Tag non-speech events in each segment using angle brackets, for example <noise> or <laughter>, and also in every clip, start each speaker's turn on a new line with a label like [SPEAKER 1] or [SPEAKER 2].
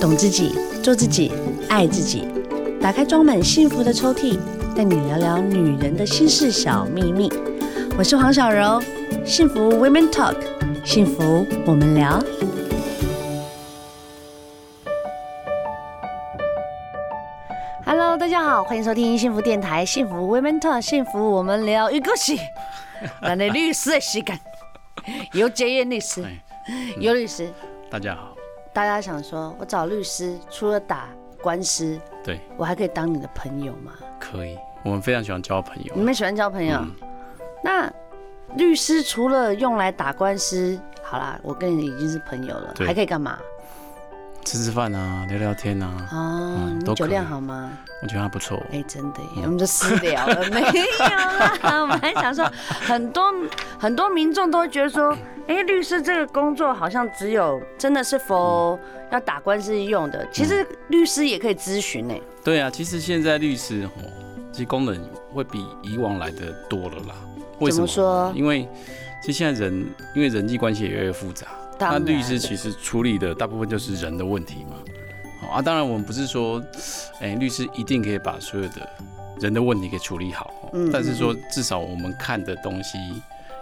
[SPEAKER 1] 懂自己，做自己，爱自己。打开装满幸福的抽屉，带你聊聊女人的心事小秘密。我是黄小柔，幸福 Women Talk，幸福我们聊。Hello，大家好，欢迎收听幸福电台《幸福 Women Talk》，幸福我们聊。一个是，咱的律师的时间，有杰业律师，
[SPEAKER 2] 哎，
[SPEAKER 1] 有律师。
[SPEAKER 2] 大家好，
[SPEAKER 1] 大家想说，我找律师除了打官司，
[SPEAKER 2] 对，
[SPEAKER 1] 我还可以当你的朋友吗？
[SPEAKER 2] 可以，我们非常喜欢交朋友
[SPEAKER 1] 你。们喜欢交朋友？
[SPEAKER 2] 嗯
[SPEAKER 1] 那律师除了用来打官司，好啦，我跟你已经是朋友了，
[SPEAKER 2] 对
[SPEAKER 1] 还可以干嘛？
[SPEAKER 2] 吃吃饭啊，聊聊天啊，
[SPEAKER 1] 哦，
[SPEAKER 2] 嗯
[SPEAKER 1] 你
[SPEAKER 2] 都
[SPEAKER 1] 酒
[SPEAKER 2] 可
[SPEAKER 1] 量
[SPEAKER 2] 以嗯
[SPEAKER 1] 好吗？
[SPEAKER 2] 我觉得还不错。
[SPEAKER 1] 哎、真的耶，我们就私聊了，没有啦。我们还想说，很多很多民众都会觉得说，哎、律师这个工作好像只有真的是否
[SPEAKER 2] 嗯
[SPEAKER 1] 要打官司用的，其实律师也可以咨询欸呢。
[SPEAKER 2] 对啊，其实现在律师吼，其实功能会比以往来的多了啦。为什
[SPEAKER 1] 怎么说
[SPEAKER 2] 因为其实现在人，因为人际关系也越来越复杂，
[SPEAKER 1] 当
[SPEAKER 2] 那
[SPEAKER 1] 然
[SPEAKER 2] 律师其实处理的大部分就是人的问题嘛。好啊，当然我们不是说，哎、律师一定可以把所有的人的问题给处理好，哦
[SPEAKER 1] 嗯
[SPEAKER 2] 但是说至少我们看的东西，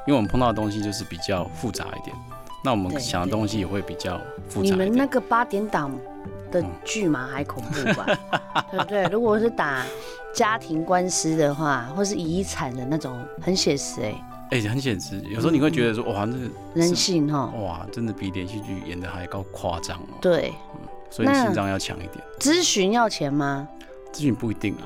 [SPEAKER 2] 因为我们碰到的东西就是比较复杂一点，那我
[SPEAKER 1] 对
[SPEAKER 2] 们想的东西也会比较复
[SPEAKER 1] 你
[SPEAKER 2] 杂一
[SPEAKER 1] 们那
[SPEAKER 2] 点。
[SPEAKER 1] 个八点档的剧嘛还恐怖
[SPEAKER 2] <laughs>
[SPEAKER 1] 吧，对不对？如果是打家庭官司的话，或是遗产的那种，很写实哎、
[SPEAKER 2] 哎、很显实，有时候你会觉得说，
[SPEAKER 1] 嗯
[SPEAKER 2] 哇，那个
[SPEAKER 1] 人性哈。
[SPEAKER 2] 哇，真的比连续剧演的还高夸张哦，
[SPEAKER 1] 对，
[SPEAKER 2] 所以
[SPEAKER 1] 那
[SPEAKER 2] 心脏要强一点。
[SPEAKER 1] 咨询要钱吗？
[SPEAKER 2] 咨询不一定啊，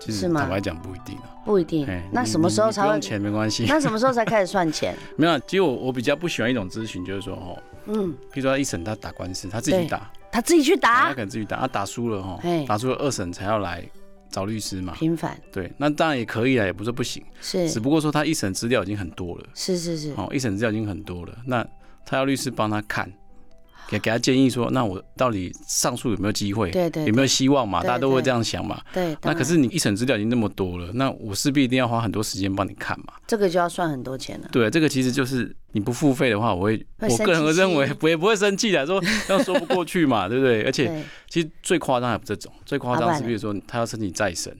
[SPEAKER 2] 其
[SPEAKER 1] 是
[SPEAKER 2] 实
[SPEAKER 1] 吗
[SPEAKER 2] 坦白讲不一定啊。
[SPEAKER 1] 不一定
[SPEAKER 2] 哎，。
[SPEAKER 1] 那
[SPEAKER 2] 你
[SPEAKER 1] 什么
[SPEAKER 2] 你
[SPEAKER 1] 时候
[SPEAKER 2] 你
[SPEAKER 1] 才
[SPEAKER 2] 不
[SPEAKER 1] 会
[SPEAKER 2] 用？钱没关系？
[SPEAKER 1] <laughs> 那什么时候才开始算钱？
[SPEAKER 2] 没有啊，其实我我比较不喜欢一种咨询，就是说哦，
[SPEAKER 1] 嗯，
[SPEAKER 2] 譬如说他一审他打官司，他自己
[SPEAKER 1] 对
[SPEAKER 2] 去打，
[SPEAKER 1] 他自己去
[SPEAKER 2] 他 <laughs>
[SPEAKER 1] 打
[SPEAKER 2] 可，能自己打，他打输了哈
[SPEAKER 1] 嘿，
[SPEAKER 2] 打输了二审才要来找律师嘛。
[SPEAKER 1] 平反
[SPEAKER 2] 对，那当然也可以啊，也不是不行，
[SPEAKER 1] 是
[SPEAKER 2] 只不过说他一审资料已经很多了，
[SPEAKER 1] 是是是，
[SPEAKER 2] 哦，一审资料已经很多了，那他要律师帮他看，给给他建议说，那我到底上诉有没有机会？
[SPEAKER 1] 对对
[SPEAKER 2] 有没有希望嘛？
[SPEAKER 1] 对
[SPEAKER 2] 大家都会
[SPEAKER 1] 对
[SPEAKER 2] 这样想嘛。
[SPEAKER 1] 对。当
[SPEAKER 2] 那可
[SPEAKER 1] 然
[SPEAKER 2] 是你一审资料已经那么多了，那我势必一定要花很多时间帮你看嘛。
[SPEAKER 1] 这个就要算很多钱了。
[SPEAKER 2] 对，这个其实就是你不付费的话，我会，
[SPEAKER 1] 会
[SPEAKER 2] 我
[SPEAKER 1] 生
[SPEAKER 2] 个人
[SPEAKER 1] 气
[SPEAKER 2] 会认为
[SPEAKER 1] 气
[SPEAKER 2] 不也不会生
[SPEAKER 1] <laughs>
[SPEAKER 2] 气的，说这样说不过去嘛，对不对？而且
[SPEAKER 1] 对，
[SPEAKER 2] 其实最夸张还不这种，最
[SPEAKER 1] 啊
[SPEAKER 2] 夸
[SPEAKER 1] 不
[SPEAKER 2] 张
[SPEAKER 1] 然
[SPEAKER 2] 是
[SPEAKER 1] 嘞
[SPEAKER 2] 比如说他要申请再审，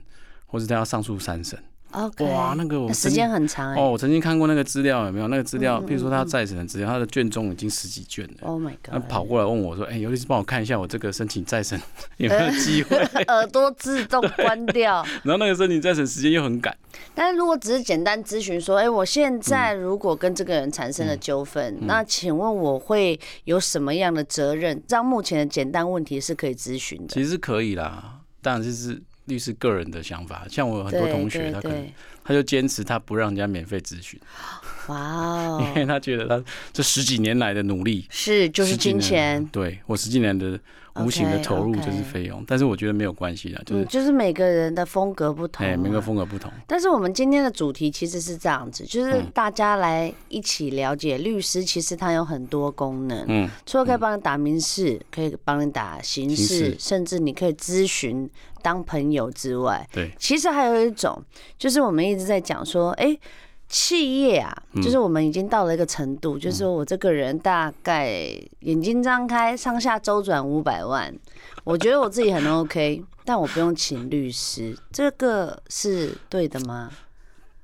[SPEAKER 2] 或是他要上诉三审，
[SPEAKER 1] OK。
[SPEAKER 2] 哇，那个我
[SPEAKER 1] 那时
[SPEAKER 2] 曾
[SPEAKER 1] 间很长
[SPEAKER 2] 哦，
[SPEAKER 1] 哎。
[SPEAKER 2] 我曾经看过那个资料有没有？那个资料，
[SPEAKER 1] 嗯
[SPEAKER 2] 比如说他再审的资料，他的卷宗已经十几卷了。
[SPEAKER 1] Oh my
[SPEAKER 2] 他
[SPEAKER 1] god！
[SPEAKER 2] 跑过来问我说：“哎、尤律师帮我看一下我这个申请再审 <laughs> 有没有机会
[SPEAKER 1] <laughs> 耳朵自动关掉。？”
[SPEAKER 2] 然后那个申请再审时间又
[SPEAKER 1] <laughs>
[SPEAKER 2] 很赶，
[SPEAKER 1] 但是如果只是简单咨询说，哎、我现在
[SPEAKER 2] 嗯
[SPEAKER 1] 如果跟这个人产生了纠纷，那请问我会有什么样的责任？让目前的简单问题是可以咨询的。
[SPEAKER 2] 其实是可以啦。当然就是律师个人的想法，像我有很
[SPEAKER 1] 对
[SPEAKER 2] 多
[SPEAKER 1] 对
[SPEAKER 2] 同学，他可能
[SPEAKER 1] 对，
[SPEAKER 2] 他就坚持他不让人家免费咨询，
[SPEAKER 1] 哇哦，
[SPEAKER 2] <laughs> 因为他觉得他这十几年来的努力，
[SPEAKER 1] 是就是
[SPEAKER 2] 十几
[SPEAKER 1] 金
[SPEAKER 2] 年
[SPEAKER 1] 钱，
[SPEAKER 2] 对我十几年的无形的投入
[SPEAKER 1] OK，OK
[SPEAKER 2] 就是费用，但是我觉得没有关系啦，就
[SPEAKER 1] 嗯，
[SPEAKER 2] 是
[SPEAKER 1] 就是每个人的风格不同、啊
[SPEAKER 2] 哎，每个。风格不同，
[SPEAKER 1] 但是我们今天的主题其实是这样子，就是
[SPEAKER 2] 嗯
[SPEAKER 1] 大家来一起了解律师，其实它有很多功能。
[SPEAKER 2] 嗯，
[SPEAKER 1] 除了可以帮你打民事，可以帮你打刑事，
[SPEAKER 2] 刑事
[SPEAKER 1] 甚至你可以咨询当朋友之外，
[SPEAKER 2] 对，
[SPEAKER 1] 其实还有一种，就是我们一直在讲说，哎、企业啊，
[SPEAKER 2] 嗯
[SPEAKER 1] 就是我们已经到了一个程度，就是说我这个人大概眼睛张开，上下周转五百万，我觉得我自己很 OK，但我不用请律师，这个是对的吗？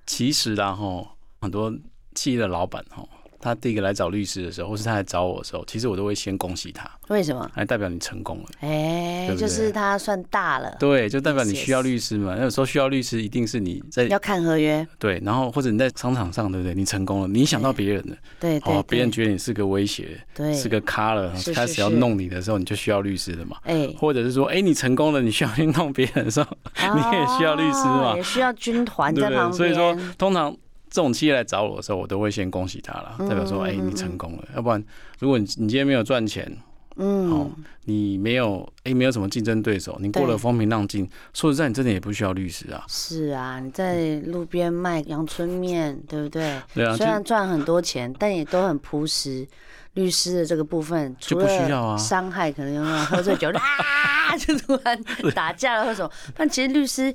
[SPEAKER 2] 其实啦吼，很多企业的老板吼，他第一个来找律师的时候，或是他来找我的时候，其实我都会先恭喜他，
[SPEAKER 1] 为什么？
[SPEAKER 2] 还代表你成功了。
[SPEAKER 1] 哎、
[SPEAKER 2] 对不对
[SPEAKER 1] 就是他算大了，
[SPEAKER 2] 对，就代表你
[SPEAKER 1] Yes,
[SPEAKER 2] 需要律师嘛。那有时候需要律师，一定是你在
[SPEAKER 1] 要看合约，
[SPEAKER 2] 对，然后或者你在商场上，对不对？你成功了，你影响到别人了，
[SPEAKER 1] 对对
[SPEAKER 2] 哦，别人
[SPEAKER 1] 对
[SPEAKER 2] 觉得你是个威胁，
[SPEAKER 1] 对
[SPEAKER 2] 是个咖了
[SPEAKER 1] 是是，
[SPEAKER 2] 开始要
[SPEAKER 1] 是
[SPEAKER 2] 弄你的时候，你就需要律师了嘛。
[SPEAKER 1] 哎。
[SPEAKER 2] 或者是说，哎、你成功了，你需要去弄别人
[SPEAKER 1] <laughs>
[SPEAKER 2] 的时候， <laughs> 你也需要律师嘛
[SPEAKER 1] 哦也需要军团
[SPEAKER 2] 对
[SPEAKER 1] 在
[SPEAKER 2] 不
[SPEAKER 1] 旁边。
[SPEAKER 2] 对？所以说，通常这种企业来找我的时候，我都会先恭喜他啦，代表说，哎、
[SPEAKER 1] 嗯嗯
[SPEAKER 2] 你成功了。要不然，如果你你今天没有赚钱，哦
[SPEAKER 1] 嗯，
[SPEAKER 2] 你没有哎、没有什么竞争对手，你过
[SPEAKER 1] 对
[SPEAKER 2] 了风平浪静，说实在，你真的也不需要律师啊。
[SPEAKER 1] 是啊，你在路边卖阳春面，对不对？
[SPEAKER 2] 对啊，
[SPEAKER 1] 虽
[SPEAKER 2] 就
[SPEAKER 1] 然赚很多钱，但也都很朴实。律师的这个部分，
[SPEAKER 2] 就
[SPEAKER 1] 除
[SPEAKER 2] 不需要啊
[SPEAKER 1] 了伤害，可能有那种喝醉酒啊，就突然打架了或什么，但其实律师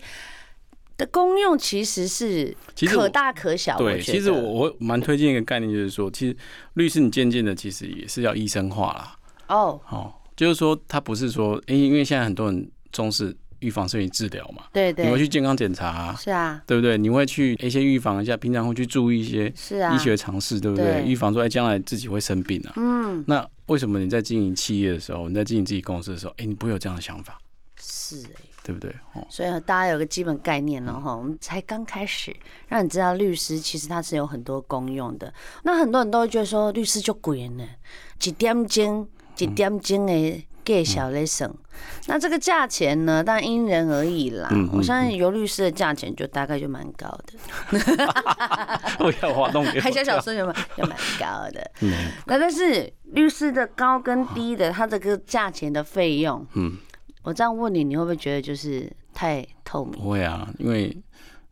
[SPEAKER 1] 的功用其实是
[SPEAKER 2] 其实
[SPEAKER 1] 可
[SPEAKER 2] 我
[SPEAKER 1] 大可小。
[SPEAKER 2] 对，
[SPEAKER 1] 啊觉
[SPEAKER 2] 其实
[SPEAKER 1] 得
[SPEAKER 2] 我我蛮推荐一个概念，就是说，其实律师你渐渐的其实也是要医生化啦。
[SPEAKER 1] 哦，
[SPEAKER 2] 哦，就是说它不是说，诶，因为现在很多人重视预防胜于治疗嘛，
[SPEAKER 1] 对
[SPEAKER 2] 你会
[SPEAKER 1] 对，
[SPEAKER 2] 去健康检查、啊，
[SPEAKER 1] 是啊，
[SPEAKER 2] 对不对？你会去一些预防一下，平常会去注意一些
[SPEAKER 1] 是啊
[SPEAKER 2] 医，学常识，对不对？
[SPEAKER 1] 对
[SPEAKER 2] 预防说，哎，将来自己会生病啊。
[SPEAKER 1] 嗯，
[SPEAKER 2] 那为什么你在经营企业的时候，你在经营自己公司的时候，哎，你不会有这样的想法，
[SPEAKER 1] 是哎、
[SPEAKER 2] 对不对？哦，
[SPEAKER 1] 所以大家有个基本概念
[SPEAKER 2] 嗯
[SPEAKER 1] 了哈，我们才刚开始，让你知道律师其实它是有很多功用的。那很多人都会觉得说，律师就贵呢，几点
[SPEAKER 2] 嗯
[SPEAKER 1] 钟几点钟的介绍来省。那这个价钱呢，当然因人而异啦。
[SPEAKER 2] 嗯嗯
[SPEAKER 1] 我相信尤律师的价钱就大概就蛮高
[SPEAKER 2] <laughs>
[SPEAKER 1] 的，
[SPEAKER 2] 我要滑动给我
[SPEAKER 1] 啊还小小说有没有？就蛮高的。
[SPEAKER 2] <laughs> 嗯
[SPEAKER 1] 那但是律师的高跟低的，它这个价钱的费用，
[SPEAKER 2] 嗯，
[SPEAKER 1] 我这样问你，你会不会觉得就是太透明？
[SPEAKER 2] 不会啊，因为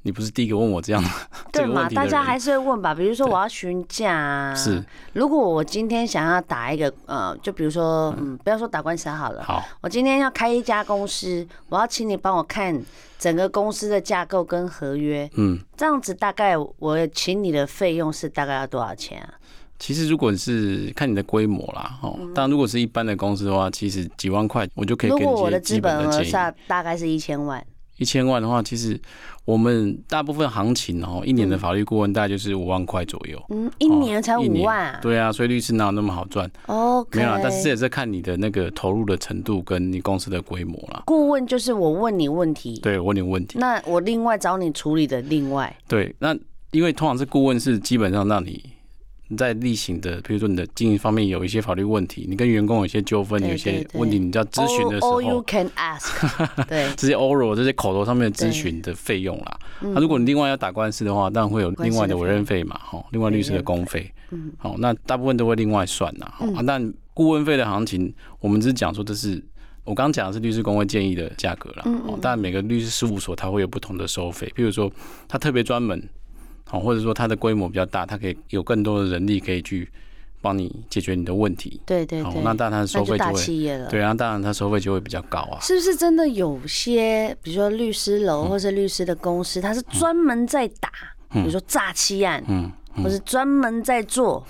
[SPEAKER 2] 你不是第一个问我这样的这
[SPEAKER 1] 对
[SPEAKER 2] 个
[SPEAKER 1] 嘛
[SPEAKER 2] 问？题的
[SPEAKER 1] 大家
[SPEAKER 2] 人
[SPEAKER 1] 还是会问吧，比如说
[SPEAKER 2] 对
[SPEAKER 1] 我要询价、啊，
[SPEAKER 2] 是。
[SPEAKER 1] 如果我今天想要打一个呃，就比如说，嗯，不要说打官司好了，
[SPEAKER 2] 好，
[SPEAKER 1] 我今天要开一家公司，我要请你帮我看整个公司的架构跟合约，
[SPEAKER 2] 嗯，
[SPEAKER 1] 这样子大概我请你的费用是大概要多少钱啊？
[SPEAKER 2] 其实如果你是看你的规模啦，哦，
[SPEAKER 1] 嗯
[SPEAKER 2] 当然如果是一般的公司的话，其实几万块我就可以
[SPEAKER 1] 如
[SPEAKER 2] 给你
[SPEAKER 1] 果我
[SPEAKER 2] 一
[SPEAKER 1] 的
[SPEAKER 2] 些
[SPEAKER 1] 资
[SPEAKER 2] 基
[SPEAKER 1] 本
[SPEAKER 2] 本
[SPEAKER 1] 额
[SPEAKER 2] 的建议。
[SPEAKER 1] 下大概是一千万，
[SPEAKER 2] 一千万的话，其实我们大部分行情哦，一年的法律顾问大概就是五万块左右。
[SPEAKER 1] 嗯，一
[SPEAKER 2] 哦
[SPEAKER 1] 年才
[SPEAKER 2] 一
[SPEAKER 1] 五
[SPEAKER 2] 年
[SPEAKER 1] 万啊
[SPEAKER 2] 对啊，所以律师哪有那么好赚？
[SPEAKER 1] ，OK，
[SPEAKER 2] 没有啦，啊但是这也是看你的那个投入的程度跟你公司的规模啦。
[SPEAKER 1] 顾问就是我问你问题，
[SPEAKER 2] 对，我问你个问题。
[SPEAKER 1] 那我另外找你处理的另外，
[SPEAKER 2] 对，那因为通常是顾问是基本上让你在例行的，比如说你的经营方面有一些法律问题，你跟员工有一些纠纷，
[SPEAKER 1] 对
[SPEAKER 2] 有一些
[SPEAKER 1] 对对
[SPEAKER 2] 问题，你要咨询的时
[SPEAKER 1] All, all you
[SPEAKER 2] 候，
[SPEAKER 1] can
[SPEAKER 2] <laughs>
[SPEAKER 1] ask，对，
[SPEAKER 2] 这些 oral 这些口头上面的咨询的费用啦。
[SPEAKER 1] 嗯
[SPEAKER 2] 那如果你另外要打官司的话，当然会有另外的委任费嘛，吼，另外律师的工费，
[SPEAKER 1] 嗯，
[SPEAKER 2] 好，那大部分都会另外算啦。吼啊，但顾问费的行情，我们只是讲说这是。我刚讲的是律师工会建议的价格啦，
[SPEAKER 1] 嗯
[SPEAKER 2] 哦，当然每个律师事务所它会有不同的收费，譬如说它特别专门，好，或者说它的规模比较大，它可以有更多的人力可以去帮你解决你的问题，
[SPEAKER 1] 对对
[SPEAKER 2] 好
[SPEAKER 1] 对，，
[SPEAKER 2] 那当然它的收
[SPEAKER 1] 那就
[SPEAKER 2] 费就
[SPEAKER 1] 大
[SPEAKER 2] 会，
[SPEAKER 1] 企业了。
[SPEAKER 2] 对啊，当然它收费就会比较高啊，
[SPEAKER 1] 是不是真的有些，比如说律师
[SPEAKER 2] 嗯
[SPEAKER 1] 楼或是律师的公司，它是专门在打，比如说诈欺案，
[SPEAKER 2] 嗯，
[SPEAKER 1] 或是专门在做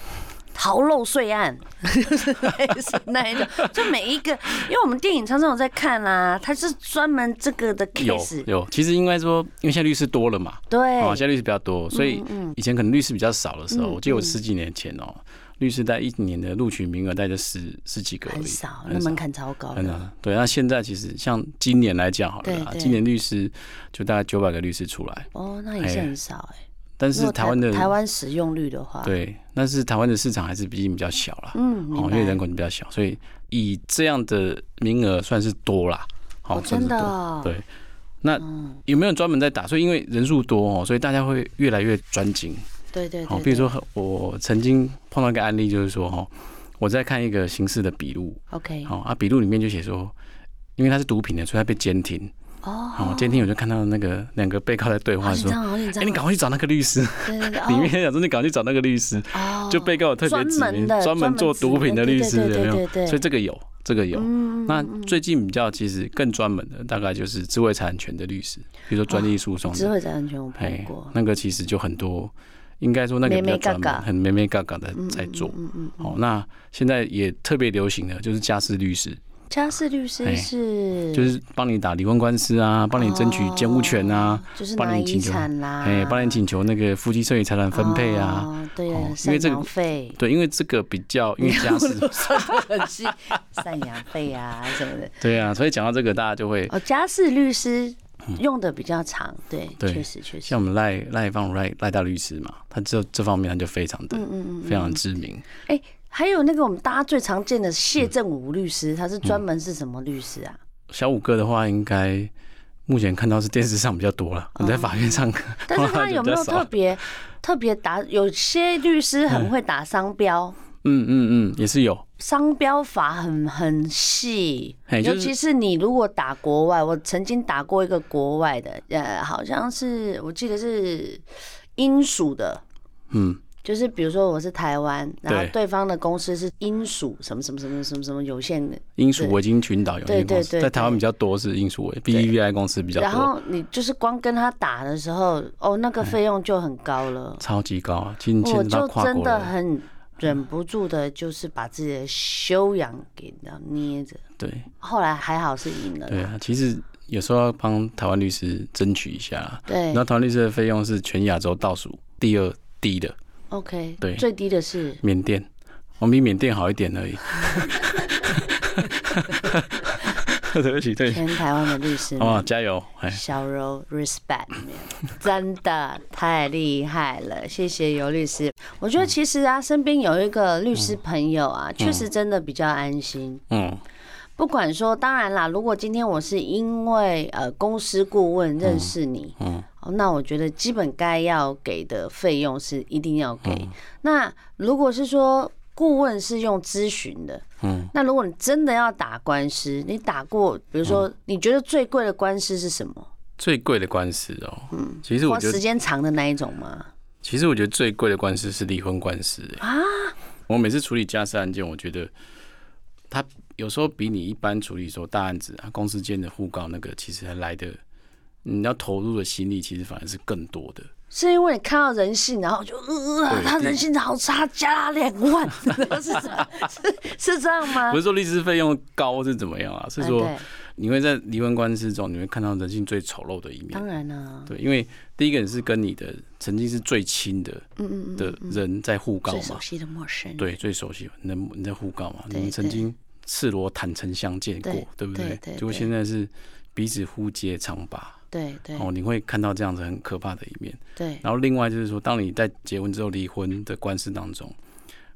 [SPEAKER 1] 逃漏税案，就是类似那一种。就每一个，因为我们电影常常有在看啦、它是专门这个的
[SPEAKER 2] 有
[SPEAKER 1] case，
[SPEAKER 2] 有，其实应该说，因为现在律师多了嘛，
[SPEAKER 1] 对，嗯
[SPEAKER 2] 哦，现在律师比较多，所以以前可能律师比较少的时候，我记得我十几年前哦，律师在一年的录取名额大概十十几个而已，
[SPEAKER 1] 很少，那门槛超高
[SPEAKER 2] 很
[SPEAKER 1] 的，
[SPEAKER 2] 少。对，那现在其实像今年来讲好了啦
[SPEAKER 1] 对，对
[SPEAKER 2] 今年律师就大概九百个律师出来，
[SPEAKER 1] 哦，那也是
[SPEAKER 2] 哎
[SPEAKER 1] 很少哎、
[SPEAKER 2] 但
[SPEAKER 1] 如
[SPEAKER 2] 是
[SPEAKER 1] 果
[SPEAKER 2] 台湾的
[SPEAKER 1] 台湾使用率的话，
[SPEAKER 2] 对，但是台湾的市场还是毕竟比较小啦，
[SPEAKER 1] 啊嗯，
[SPEAKER 2] 哦
[SPEAKER 1] 明，
[SPEAKER 2] 因为人
[SPEAKER 1] 白，
[SPEAKER 2] 口比较小，所以以这样的名额算是多啦，好、
[SPEAKER 1] 哦，真
[SPEAKER 2] 算是
[SPEAKER 1] 的、
[SPEAKER 2] 多。
[SPEAKER 1] 哦，
[SPEAKER 2] 对有没有专门在打？所以因为人数多哦，所以大家会越来越专精。
[SPEAKER 1] 对对
[SPEAKER 2] 好，
[SPEAKER 1] 对，
[SPEAKER 2] 比如说我曾经碰到一个案例，就是说哈，我在看一个刑事的笔录，
[SPEAKER 1] ，OK，
[SPEAKER 2] 好啊，笔录里面就写说，因为他是毒品的，所以他被监听。
[SPEAKER 1] 哦，啊
[SPEAKER 2] 好，监听我就看到那个两个被告在对
[SPEAKER 1] 好
[SPEAKER 2] 话
[SPEAKER 1] 紧
[SPEAKER 2] 说，
[SPEAKER 1] 张，好紧
[SPEAKER 2] 哎、
[SPEAKER 1] 张，
[SPEAKER 2] 你赶快去找那个律师。
[SPEAKER 1] 对对对，哦
[SPEAKER 2] <laughs> 里面讲说你赶快去找那个律师，
[SPEAKER 1] 哦
[SPEAKER 2] 就被告有特别指
[SPEAKER 1] 专门
[SPEAKER 2] 明
[SPEAKER 1] 的
[SPEAKER 2] 专门做毒品的律师
[SPEAKER 1] 对
[SPEAKER 2] 有没
[SPEAKER 1] 对对
[SPEAKER 2] 有？
[SPEAKER 1] 对对，
[SPEAKER 2] 所以这个有，这个有。
[SPEAKER 1] 嗯
[SPEAKER 2] 那最近比较其实更专门的，大概就是智慧产权的律师，比如说专利诉讼
[SPEAKER 1] 哦
[SPEAKER 2] 的。
[SPEAKER 1] 智慧财产权我碰
[SPEAKER 2] 哎
[SPEAKER 1] 过，，
[SPEAKER 2] 那个其实就很多，应该说那个比
[SPEAKER 1] 妹妹
[SPEAKER 2] 较专
[SPEAKER 1] 嘎
[SPEAKER 2] 门
[SPEAKER 1] 嘎，
[SPEAKER 2] 很妹妹嘎嘎的在做。
[SPEAKER 1] 嗯嗯，
[SPEAKER 2] 哦，那现在也特别流行的就是家事律师，
[SPEAKER 1] 家事律师
[SPEAKER 2] 哎
[SPEAKER 1] 是
[SPEAKER 2] 就是帮你打离婚官司啊，帮你争取监护权啊，
[SPEAKER 1] 哦，就是
[SPEAKER 2] 帮
[SPEAKER 1] 拿
[SPEAKER 2] 你
[SPEAKER 1] 遗
[SPEAKER 2] 请求
[SPEAKER 1] 产啦，
[SPEAKER 2] 哎、帮你请求那个夫妻剩余财产分配啊。
[SPEAKER 1] 哦，对
[SPEAKER 2] 哦，因
[SPEAKER 1] 赡
[SPEAKER 2] 为这个
[SPEAKER 1] 养费。
[SPEAKER 2] <laughs> 对，因为这个比较，因为家事，
[SPEAKER 1] 很 <laughs> 细，赡养费啊什么的。
[SPEAKER 2] 对啊，所以讲到这个，大家就会
[SPEAKER 1] 哦，家事律师用的比较长，对，
[SPEAKER 2] 嗯对
[SPEAKER 1] 确实确实。
[SPEAKER 2] 像我们赖赖方赖赖大律师嘛，他这这方面他就非常的
[SPEAKER 1] 嗯嗯嗯，
[SPEAKER 2] 非常知名。
[SPEAKER 1] 哎还有那个我们大家最常见的
[SPEAKER 2] 嗯
[SPEAKER 1] 谢振武律师，他是专门是什么律师啊？
[SPEAKER 2] 小五哥的话，应该目前看到是电视上比较多了，你在法院上
[SPEAKER 1] 哦但是
[SPEAKER 2] <laughs>
[SPEAKER 1] 他有没有特别特别打？有些律师很会打商标，
[SPEAKER 2] 嗯嗯嗯，也是有。
[SPEAKER 1] 商标法很很细，
[SPEAKER 2] 嘿就
[SPEAKER 1] 尤
[SPEAKER 2] 是
[SPEAKER 1] 其是你如果打国外，我曾经打过一个国外的，呃，好像是我记得是英属的。
[SPEAKER 2] 嗯，
[SPEAKER 1] 就是比如说我是台湾，然后
[SPEAKER 2] 对
[SPEAKER 1] 对方的公司是英属什么什么什么什么什么有限的，
[SPEAKER 2] 英属维京群岛有
[SPEAKER 1] 对
[SPEAKER 2] 限公司，
[SPEAKER 1] 对对
[SPEAKER 2] 在台湾比较多是英属维 BVI 公司比较
[SPEAKER 1] 然
[SPEAKER 2] 多，
[SPEAKER 1] 后你就是光跟他打的时候，哦，那个费用就很高了，
[SPEAKER 2] 超级高啊，今
[SPEAKER 1] 我
[SPEAKER 2] 天到
[SPEAKER 1] 就
[SPEAKER 2] 跨
[SPEAKER 1] 真
[SPEAKER 2] 国
[SPEAKER 1] 的
[SPEAKER 2] 了。
[SPEAKER 1] 很忍不住的，就是把自己的修养给你知道捏着。
[SPEAKER 2] 对
[SPEAKER 1] 后来还好是赢了
[SPEAKER 2] 对
[SPEAKER 1] 啦，
[SPEAKER 2] 啊，其实有时候要帮台湾律师争取一下啦。
[SPEAKER 1] 对
[SPEAKER 2] 然后台湾律师的费用是全亚洲倒数第二低的，
[SPEAKER 1] o k
[SPEAKER 2] 对
[SPEAKER 1] 最低的
[SPEAKER 2] <laughs>
[SPEAKER 1] 是
[SPEAKER 2] 缅甸，我们比缅甸好一点而已。 <laughs> 对不起，对不起，
[SPEAKER 1] 全台湾的律师
[SPEAKER 2] 好不好？
[SPEAKER 1] 们。
[SPEAKER 2] 加油！哎，
[SPEAKER 1] 小柔 respect，你们真的太厉害了，谢谢尤律师。我觉得其实啊，身边有一个律师朋友啊，确实真的比较安心。
[SPEAKER 2] 嗯，
[SPEAKER 1] 不管说，当然啦，如果今天我是因为呃公司顾问认识你，
[SPEAKER 2] 嗯
[SPEAKER 1] 哦，那我觉得基本该要给的费用是一定要给。
[SPEAKER 2] 嗯
[SPEAKER 1] 那如果是说顾问是用咨询的，
[SPEAKER 2] 嗯，
[SPEAKER 1] 那如果你真的要打官司，你打过，比如
[SPEAKER 2] 嗯
[SPEAKER 1] 说你觉得最贵的官司是什么？
[SPEAKER 2] 最贵的官司哦、其实我
[SPEAKER 1] 嗯花
[SPEAKER 2] 觉
[SPEAKER 1] 时
[SPEAKER 2] 得，
[SPEAKER 1] 间长的那一种吗？
[SPEAKER 2] 其实我觉得最贵的官司是离婚官司、哎
[SPEAKER 1] 啊，
[SPEAKER 2] 我每次处理家事案件，我觉得他有时候比你一般处理说大案子啊、公司间的互告那个，其实还来的，你要投入的心力其实反而是更多的。
[SPEAKER 1] 是因为你看到人性，然后就呃，
[SPEAKER 2] 对
[SPEAKER 1] 他
[SPEAKER 2] 对
[SPEAKER 1] 人性好差，加他两万， <laughs> 是这样是是这样吗
[SPEAKER 2] 不？是说律师费用高是怎么样啊，是
[SPEAKER 1] 啊哎
[SPEAKER 2] 说
[SPEAKER 1] 对
[SPEAKER 2] 你会在离婚官司中，你会看到人性最丑陋的一面
[SPEAKER 1] 当。然啦、
[SPEAKER 2] 对，因为第一个人是跟你的曾经是最亲的
[SPEAKER 1] 嗯
[SPEAKER 2] 的人在互告
[SPEAKER 1] 最
[SPEAKER 2] 嘛
[SPEAKER 1] 熟，悉的陌生人，
[SPEAKER 2] 对，最熟悉，你们你在互告嘛，
[SPEAKER 1] 对
[SPEAKER 2] 你们曾
[SPEAKER 1] 对
[SPEAKER 2] 经赤裸坦诚相见过
[SPEAKER 1] 对，
[SPEAKER 2] 对不
[SPEAKER 1] 对
[SPEAKER 2] 对
[SPEAKER 1] 对？
[SPEAKER 2] 结果
[SPEAKER 1] 对
[SPEAKER 2] 现在是彼此互揭长疤，
[SPEAKER 1] 对对
[SPEAKER 2] 哦，你会看到这样子很可怕的一面。
[SPEAKER 1] 对
[SPEAKER 2] 然后另外就是说，当你在结婚之后离婚的官司当中，